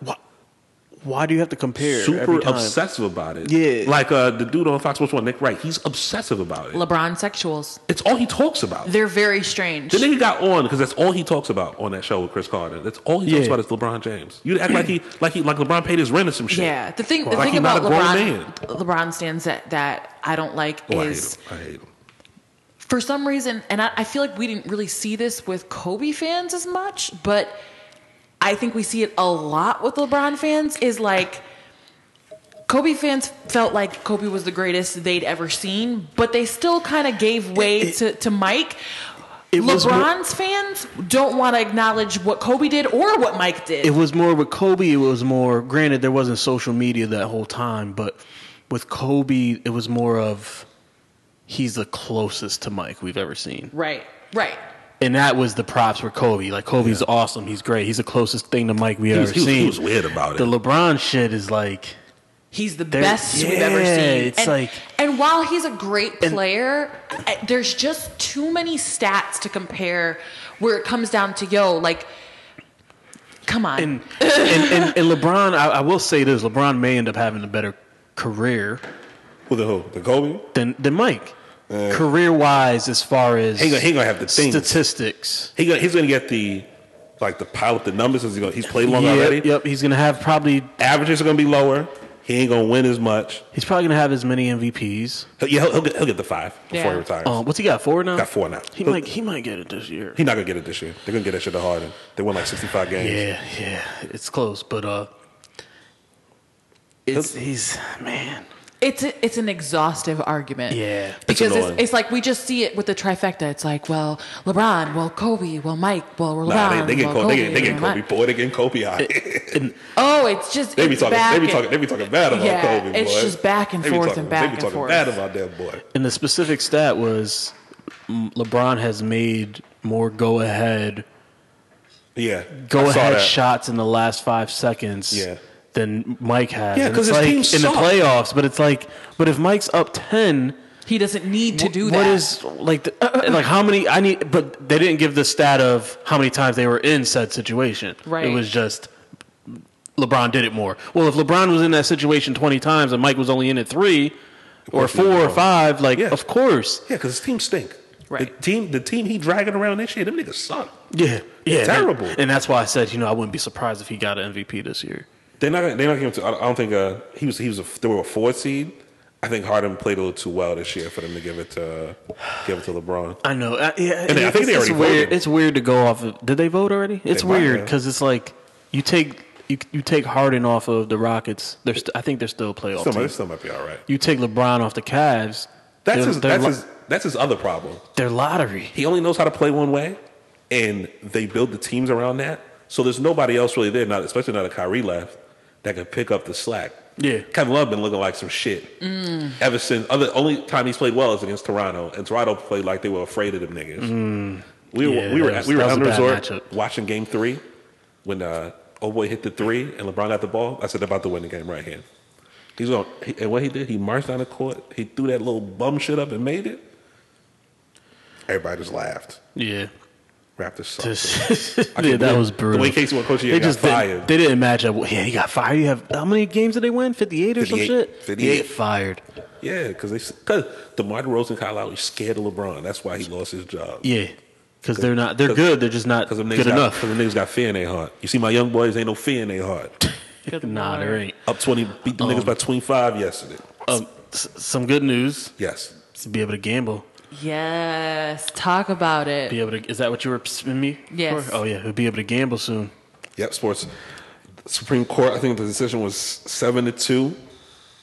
why do you have to compare?
super
every time?
obsessive about it.
Yeah.
like uh, the dude on Fox Sports One, Nick Wright. He's obsessive about it.
LeBron sexuals.
it's all he talks about.
They're very strange.
the nigga got on because that's all he talks about on that show with Chris Carter. That's all he
Yeah.
talks about is LeBron James. You act like he like he like LeBron paid his rent or some shit.
Yeah, the thing the
Like
thing
he's not
about
a
LeBron
grown man.
LeBron stands that that I don't like
Oh, I hate
is
him. I hate him.
for some reason, and I, I feel like we didn't really see this with Kobe fans as much, but I think we see it a lot with LeBron fans. Is like Kobe fans felt like Kobe was the greatest they'd ever seen, but they still kind of gave way to, to Mike.
It was more-
LeBron's fans don't want to acknowledge what Kobe did or what Mike did.
it was more with Kobe. It was more. Granted, there wasn't social media that whole time, but with Kobe, it was more of he's the closest to Mike we've ever seen,
right, right.
and that was the props for Kobe. Like Kobe's awesome. He's great. He's the closest thing to Mike we've
He was, he,
ever
was,
seen.
he was weird about it.
The LeBron shit is like.
He's the
There-
best we've ever
yeah,
seen.
it's
and,
like-
and while he's a great player, I- there's just too many stats to compare where it comes down to yo, like, come on.
and, and, and, and LeBron, I, I will say this: LeBron may end up having a better career
With the who? The Kobe?
than than Mike, career wise, as far as
He gonna- he gonna have the things.
statistics.
He gonna, he's going to get the like the pile up the numbers because he's, gonna- he's played long
Yep,
already.
yep, he's gonna have probably
Averages are going to be lower. He ain't going to win as much.
he's probably gonna have as many MVPs.
He'll, yeah, he'll, he'll, get, he'll get the five before
Yeah.
he retires.
Um, what's he got? Four now.
Got four now.
He
He'll-
might he might get it this year.
He's not going to get it this year. They're going to get that shit to Harden. They won like 65 games.
Yeah, yeah, it's close, but uh, it's he's man.
It's a, it's an exhaustive argument.
Yeah. It's
because it's,
annoying.
it's like we just see it with the trifecta. It's like, well, LeBron, well, Kobe, well, Mike, well, LeBron.
Nah, they, they get
well,
Kobe. They get, they get
well,
Kobe.
Mike.
Boy, they getting Kobe out.
Oh, it's just
They be
it's
talking.
back
They be
and-
talking. They be talking bad about
Yeah,
Kobe.
it's
boy.
just back and
They be
forth
talking-
and back
They
and
be talking
forth.
bad about that boy.
And the specific stat was mm, LeBron has made more go ahead
Yeah, I
go
saw
ahead
that.
shots in the last five seconds
Yeah.
than Mike has.
Yeah,
And
'cause
it's
his
like
team
in the
sucked.
playoffs, but it's like, but if Mike's up ten,
He doesn't need to do
wh-
that.
What is like, the, like how many? I need, but they didn't give the stat of how many times they were in said situation.
Right.
It was just LeBron did it more. Well, if LeBron was in that situation twenty times and Mike was only in it three or
course he was
four or
wrong.
five, like
Yeah.
of course,
Yeah, because his team stink.
Right.
The team, the team he dragging around this year, them niggas suck.
yeah, yeah,
terrible.
And, and that's why I said, you know, I wouldn't be surprised if he got an MVP this year.
They're not. They're not going to. I don't think uh, he was. He was. A, they were a four seed. I think Harden played a little too well this year for them to give it to give it to LeBron.
I know. I, Uh, yeah,
And I
it's-
think they
it's
already
weird.
voted.
It's weird to go off of. Did they vote already? It's
might
weird
have.
because it's like you take you, you take Harden off of the Rockets. They're st- I think they're still a playoff
Still,
team.
might- still might be all right.
You take LeBron off the Cavs.
That's
they're,
his.
they're
That's
lo-
his. That's his other problem.
They're lottery.
He only knows how to play one way, and they build the teams around that. So there's nobody else really there, not especially not a Kyrie left that can pick up the slack.
Yeah.
Kevin Love been looking like some shit ever since. Other only time he's played well is against Toronto, and Toronto played like they were afraid of them niggas. We were
Mm. Yeah,
we were
that was-
we were
that was
on
a
the
bad
resort
matchup.
watching Game Three when uh, old boy hit the three and LeBron got the ball. I said they're about to win the game right here. He's going he, and what he did, he marched down the court, he threw that little bum shit up and made it. Everybody just laughed.
Yeah.
Raptors suck.
Just,
I
yeah,
can't
that
believe-
was brutal.
The way Casey went coach, yeah,
they
got
just
fired.
Didn't, they didn't match up. Yeah, he got fired. You have how many games did they win? Fifty-eight or some
58.
shit.
58.
He got fired.
yeah, because they because DeMar DeRozan and Kyle Lowry scared of LeBron. That's why he lost his job.
Yeah, because they're not. They're good. They're just not
Because
good
them niggas got,
enough.
Because them niggas got fear in their heart. You see, my young boys ain't no fear in their heart.
Nah, there ain't.
Up twenty, beat them niggas by twenty five yesterday.
Um, s- some good news.
Yes.
to be able to gamble,
Yes, talk about it.
be able to. Is that what you were spinning me?
Yes.
For? Oh yeah, he'll be able to gamble soon.
Yep. Sports. Supreme Court. I think the decision was seven to two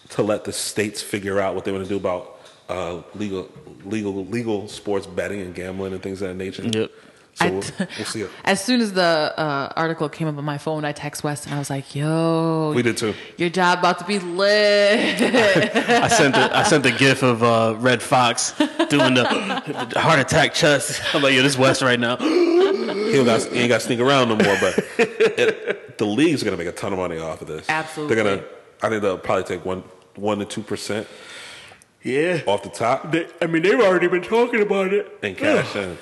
to let the states figure out what they want to do about uh, legal, legal, legal sports betting and gambling and things of that nature.
Yep.
So
I-
we'll, we'll see. It.
As soon as the uh, article came up on my phone, I text West and I was like, "Yo,
We did too.
Your job about to be lit."
I sent the, I sent the gif of uh, Red Fox doing the, the heart attack chest. I'm like, yo, this West right now.
He ain't, got, he ain't got to sneak around no more. But it, the league's going to make a ton of money off of this.
Absolutely.
They're going to. I think they'll probably take one one to two percent
Yeah.
off the top
They, I mean, they've already been talking about it.
and cash in.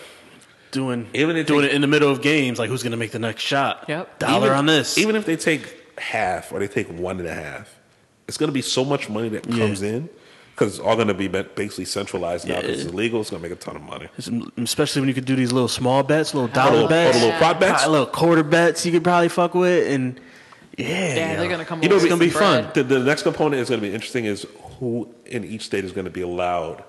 Doing
Even if
doing
they-
it in the middle of games, like who's going to make the next shot?
Yep.
Dollar
Even-
on this.
Even if they take half or they take one and a half, it's going to be so much money that
Yeah.
comes in because it's all going to be ba- basically centralized now because
Yeah.
it's illegal. It's going to make a ton of money.
especially when you could do these little small bets, little dollar
little-
bets,
or the little prop bets?
uh, little quarter bets. You could probably fuck with, and yeah,
Yeah, they're
yo.
gonna come.
You
up
know,
with
it's going to be
some
fun.
bread.
The, the next component is going to be interesting is who in each state is going to be allowed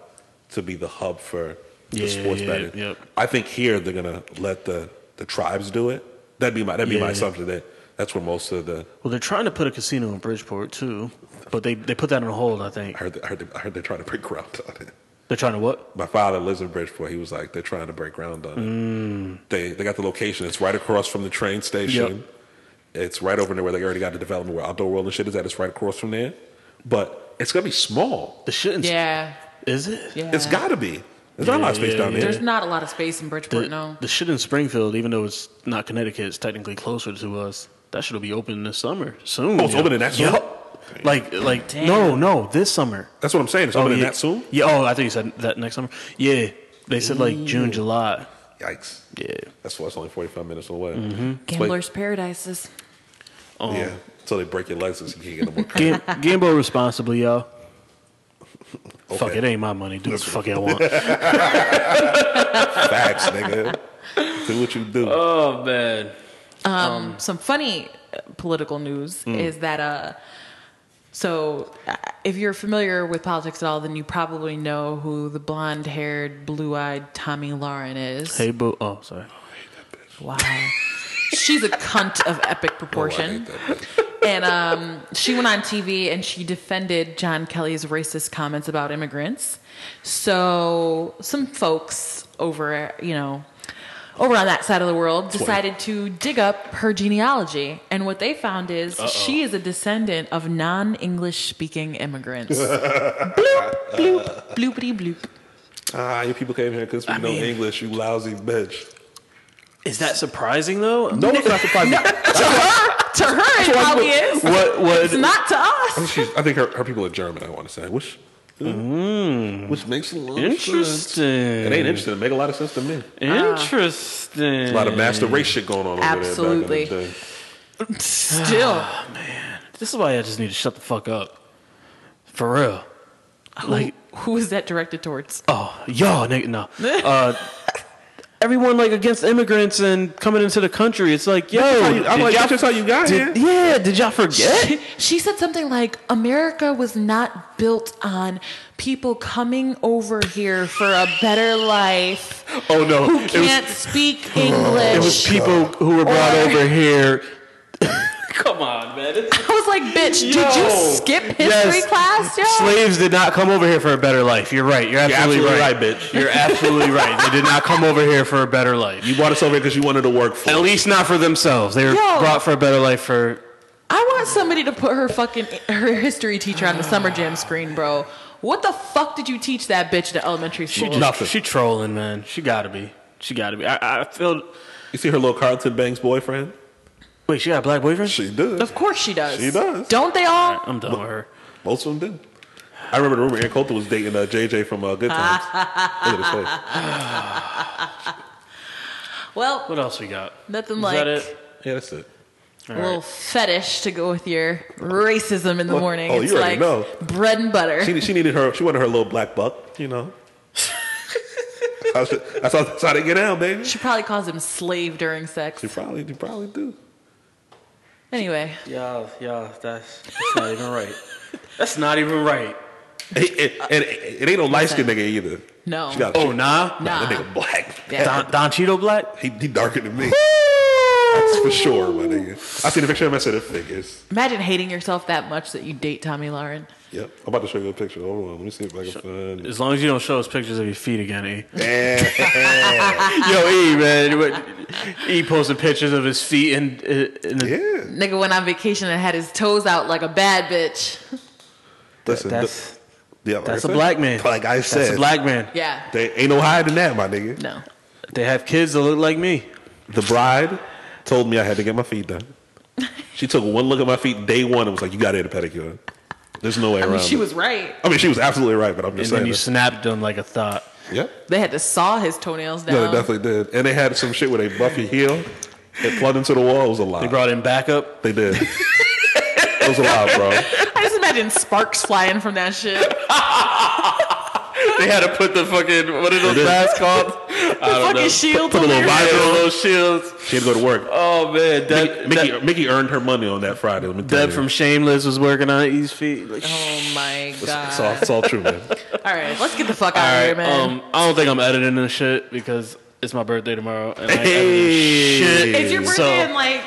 to be the hub for the
Yeah,
sports
yeah,
betting.
yep.
I think here they're going to let the, the tribes do it. That'd be my that'd be my
Yeah.
assumption that that's where most of the
Well, they're trying to put a casino in Bridgeport too, but they they put that on hold. I think
I heard I heard I heard they're trying to break ground on it.
they're trying to what?
my father lives in Bridgeport. He was like, they're trying to break ground on it. They they got the location. It's right across from the train station.
Yep.
It's right over there where they already got the development where Outdoor World and shit is at. It's right across from there. But it's gonna be small.
The shit. In,
Yeah,
Is it?
yeah.
It's gotta be. There's not a lot of
Yeah,
space
yeah,
down
yeah.
there.
There's not a lot of space in Bridgeport.
The,
no.
the shit in Springfield, even though it's not Connecticut, it's technically closer to us. That should be open this summer soon.
Oh, it's
yo.
opening that soon?
Yup. Like, like no, no, this summer.
That's what I'm saying. It's opening
yeah.
that soon.
Yeah. Oh, I think you said that next summer. Yeah, they said like June, July.
Yikes.
Yeah.
That's why it's only 45 minutes away.
Mm-hmm.
Gamblers' Paradises.
Like,
Um,
yeah. Until they break your legs, so you can't get no more.
Gam- gamble responsibly, y'all.
Okay.
Fuck it, ain't my money. Do what the fuck I want.
Facts, nigga. Do what you do.
oh man.
some funny uh, political news
Mm.
is that uh so uh, if you're familiar with politics at all then you probably know who the blonde-haired blue-eyed Tommy Lauren is
Hey, boo. Oh, sorry.
wow she's a cunt of epic
Oh, I hate
proportion
that.
and um she went on TV and she defended John Kelly's racist comments about immigrants so some folks over you know over on that side of the world decided to dig up her genealogy. And what they found is she is a descendant of non English speaking immigrants. bloop, bloop, bloopity bloop.
Ah, you people came here because we know
mean-
English, you lousy bitch.
Is that surprising though?
No one's not surprised.
To her, it probably is.
What? What?
It's not to
I think,
us.
she's, I think her, her people are German. I want to say, which which makes a lot of sense.
Hmm. Interesting.
It ain't interesting. It make a lot of sense to me.
Interesting.
A lot of
Mm.
master race shit going on over
Absolutely.
there. Back in the day.
Still.
This is why I just need to shut the fuck up. For real. Like,
Who is that directed towards?
oh, y'all, nigga, no. Uh, everyone like against immigrants and coming into the country. It's like, yo,
I'm
did
like,
y'all-
that's just how you got
did-
here.
yeah, did y'all forget?
She- she said something like America was not built on people coming over here for a better life.
Oh no,
Who can't speak English?
It was people who were brought over here. Come on, man.
I was like, bitch, did you skip history class? Yo?
Slaves did not come over here for a better life. You're right. You're absolutely,
absolutely
right.
right, bitch.
You're absolutely right. They did not come over here for a better life.
You brought us over here because you wanted to work for.
At least not for themselves. They were
Yo.
brought for a better life for.
I want somebody to put her fucking her history teacher on the summer jam screen, bro. What the fuck did you teach that bitch to elementary
She
school?
just,
Nothing.
She trolling, man. She gotta be. She gotta be. I, I feel.
You see her little Carlton Banks boyfriend?
Wait, she got a black boyfriend?
She did.
of course she does.
She does.
Don't they all?
I'm done with her.
Most of them did. I remember the rumor Aaron Coulter was dating uh, JJ from uh, Good Times. Look at his face.
Well,
What else we got?
nothing
Is
like
that it?
Yeah, that's it.
a little fetish to go with your racism in the
Oh,
morning.
you
it's
already
like
know.
bread and butter.
She, she needed her. She wanted her little black buck. You know. that's, how, that's how- that's how they get down, baby.
She probably calls him slave during sex.
You probably, you probably do.
Anyway,
Yeah, yeah, that's, that's not even right. That's not even right.
And, and- and it ain't no light skinned nigga either.
No.
She got
Oh, nah?
nah, that
Nah.
nigga black.
Yeah.
Don, Don Cheeto Black?
He, he darker than me. That's for sure, my nigga. I seen a picture of him. I said, "It figures."
imagine hating yourself that much that you date Tommy Lauren.
Yep. I'm about to show you a picture. Hold on. Let me see if I can find. It.
As long as you don't show us pictures of your feet again, E.
Eh,
Yo, E, man. what- E posted pictures of his feet and. uh, and
yeah.
Nigga went on vacation and had his toes out like a bad bitch.
Listen,
That's,
the- yeah, like
that's
I
a
said-
black man.
Like I said,
That's a black man.
Yeah.
They ain't no hiding that, my nigga.
No.
They have kids that look like me.
The bride told me I had to get my feet done. She took one look at my feet day one and was like, "You got to get a pedicure." There's no way
I
around.
mean, she
it.
was right.
I mean, she was absolutely right, but I'm
and
just
then
saying.
you
this.
snapped them like a thought.
yeah.
They had to saw his toenails down.
No, they definitely did. And they had some shit where they buff your heel. It plugged into the wall. It was a lot.
They brought in backup.
They did. it was a lot, bro.
I just imagine sparks flying from that shit.
They had to put the fucking what are those masks called? I don't
fucking
know.
shields
Put a
on
little
there.
visor on those shields.
She had to go to work.
Oh man, that,
Mickey,
that-
Mickey earned her money on that Friday. Let me tell
Deb
you.
from Shameless was working on E's feet.
Oh my god!
it's all, it's all true, man.
All right, let's get the fuck
All
out of
right,
here, man.
um, I don't think I'm editing this shit because it's my birthday tomorrow, and I ain't
Hey.
editing shit.
it's your birthday
so-
in like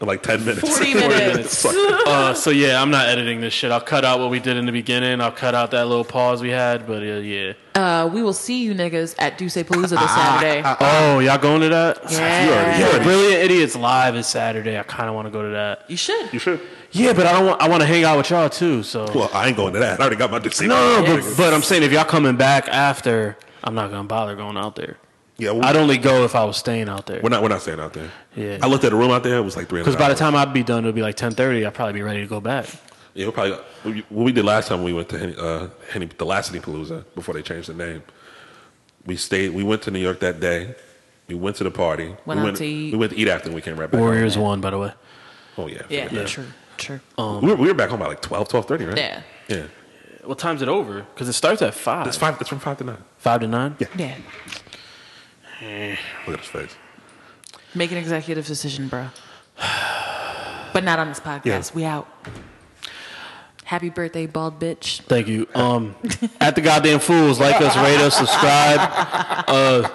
In like ten minutes.
40 minutes.
Fuck.
Uh, so yeah, I'm not editing this shit. I'll cut out what we did in the beginning. I'll cut out that little pause we had, but uh, yeah.
uh, we will see you niggas at Duce Palooza this Saturday.
Uh-uh.
Oh, y'all going to that?
Yeah. You already-
Yo,
you
already-
Brilliant Idiots live is Saturday. I kind of want to go to that.
You should.
You should.
Yeah, but I don't. Want, I want to hang out with y'all too. So
Well, I ain't going to that. I already got my dick.
no, no, no but, but I'm saying if y'all coming back after, I'm not gonna bother going out there.
yeah, we,
I'd only go if I was staying out there.
We're not. We're not staying out there.
Yeah.
I looked at the room out there. It was like three.
Because by the time I'd be done, it'll be like 10:30. I'd probably be ready to go back.
yeah, we probably we- what we did last time we went to Henny, uh, Henny, the last Henny Palooza before they changed the name. We stayed. We went to New York that day. We went to the party. we
Went out
went
to eat.
We went to eat after, and we came right back.
Warriors won, by the way.
Home. Oh yeah.
Yeah,
forget
True. True. Oh,
that. we, were, we were back home by like 12, 12.30, right?
Yeah.
Yeah.
What time's it over? Because it starts at five.
It's five. It's from five to nine.
Five to nine. Yeah.
yeah.
Look at his face.
Make an executive decision, bro. But not on this podcast.
Yeah.
We out. Happy birthday, bald bitch.
Thank you. Um, at the goddamn fools, like us, rate us, subscribe. Uh,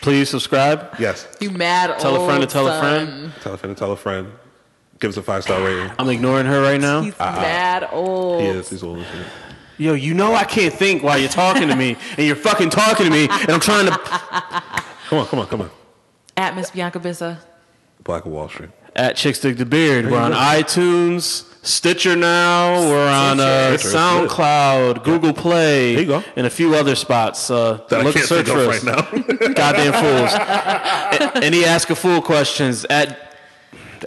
please subscribe.
Yes.
You mad?
Tell a friend to
old
tell a
son.
friend.
Tell a friend. to Tell a friend. Give us a five star rating.
I'm ignoring her right now.
He's mad old.
Yes, he's old. as shit.
Yo, you know I can't think while you're talking to me, and you're fucking talking to me, and I'm trying to.
Come on, come on, come on.
At Miss Bianca Bissa.
Black of Wall Street.
At Chicks Dig the Beard, we're on
go.
iTunes, Stitcher now, we're on uh,
Stitcher, that's good.
SoundCloud, Google Play,
There you go.
and a few other spots. Uh,
That
look,
I can't
search
think of
for
right
us.
now.
Goddamn fools. A- Any ask a fool questions at.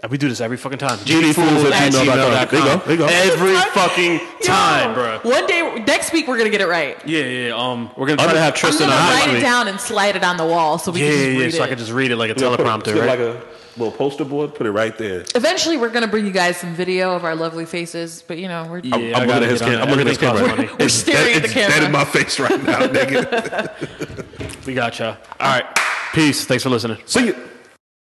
We do this every fucking time. GDFools at
gmail.com. There you go,
gmail.com.
there you go.
Every fucking time, bro.
One day, next week, we're gonna get it right.
Yeah, yeah. Um, we're gonna try to have
I'm
Tristan
gonna
on next
write it
week.
down and slide it on the wall so we
Yeah,
can just
yeah, yeah.
read
So I
it.
can just read it like a
Put it-
teleprompter,
put it
right?
Like a little poster board. Put it right there.
Eventually, we're gonna bring you guys some video of our lovely faces, but you know, we're
Yeah, I
I'm looking
gotta
at his
get on
camera.
that.
I'm looking at his
Everything
camera.
costs money.
we're staring at the
It's dead
camera.
in my face right now, nigga.
We got you. All right. Peace. Thanks for listening.
See you.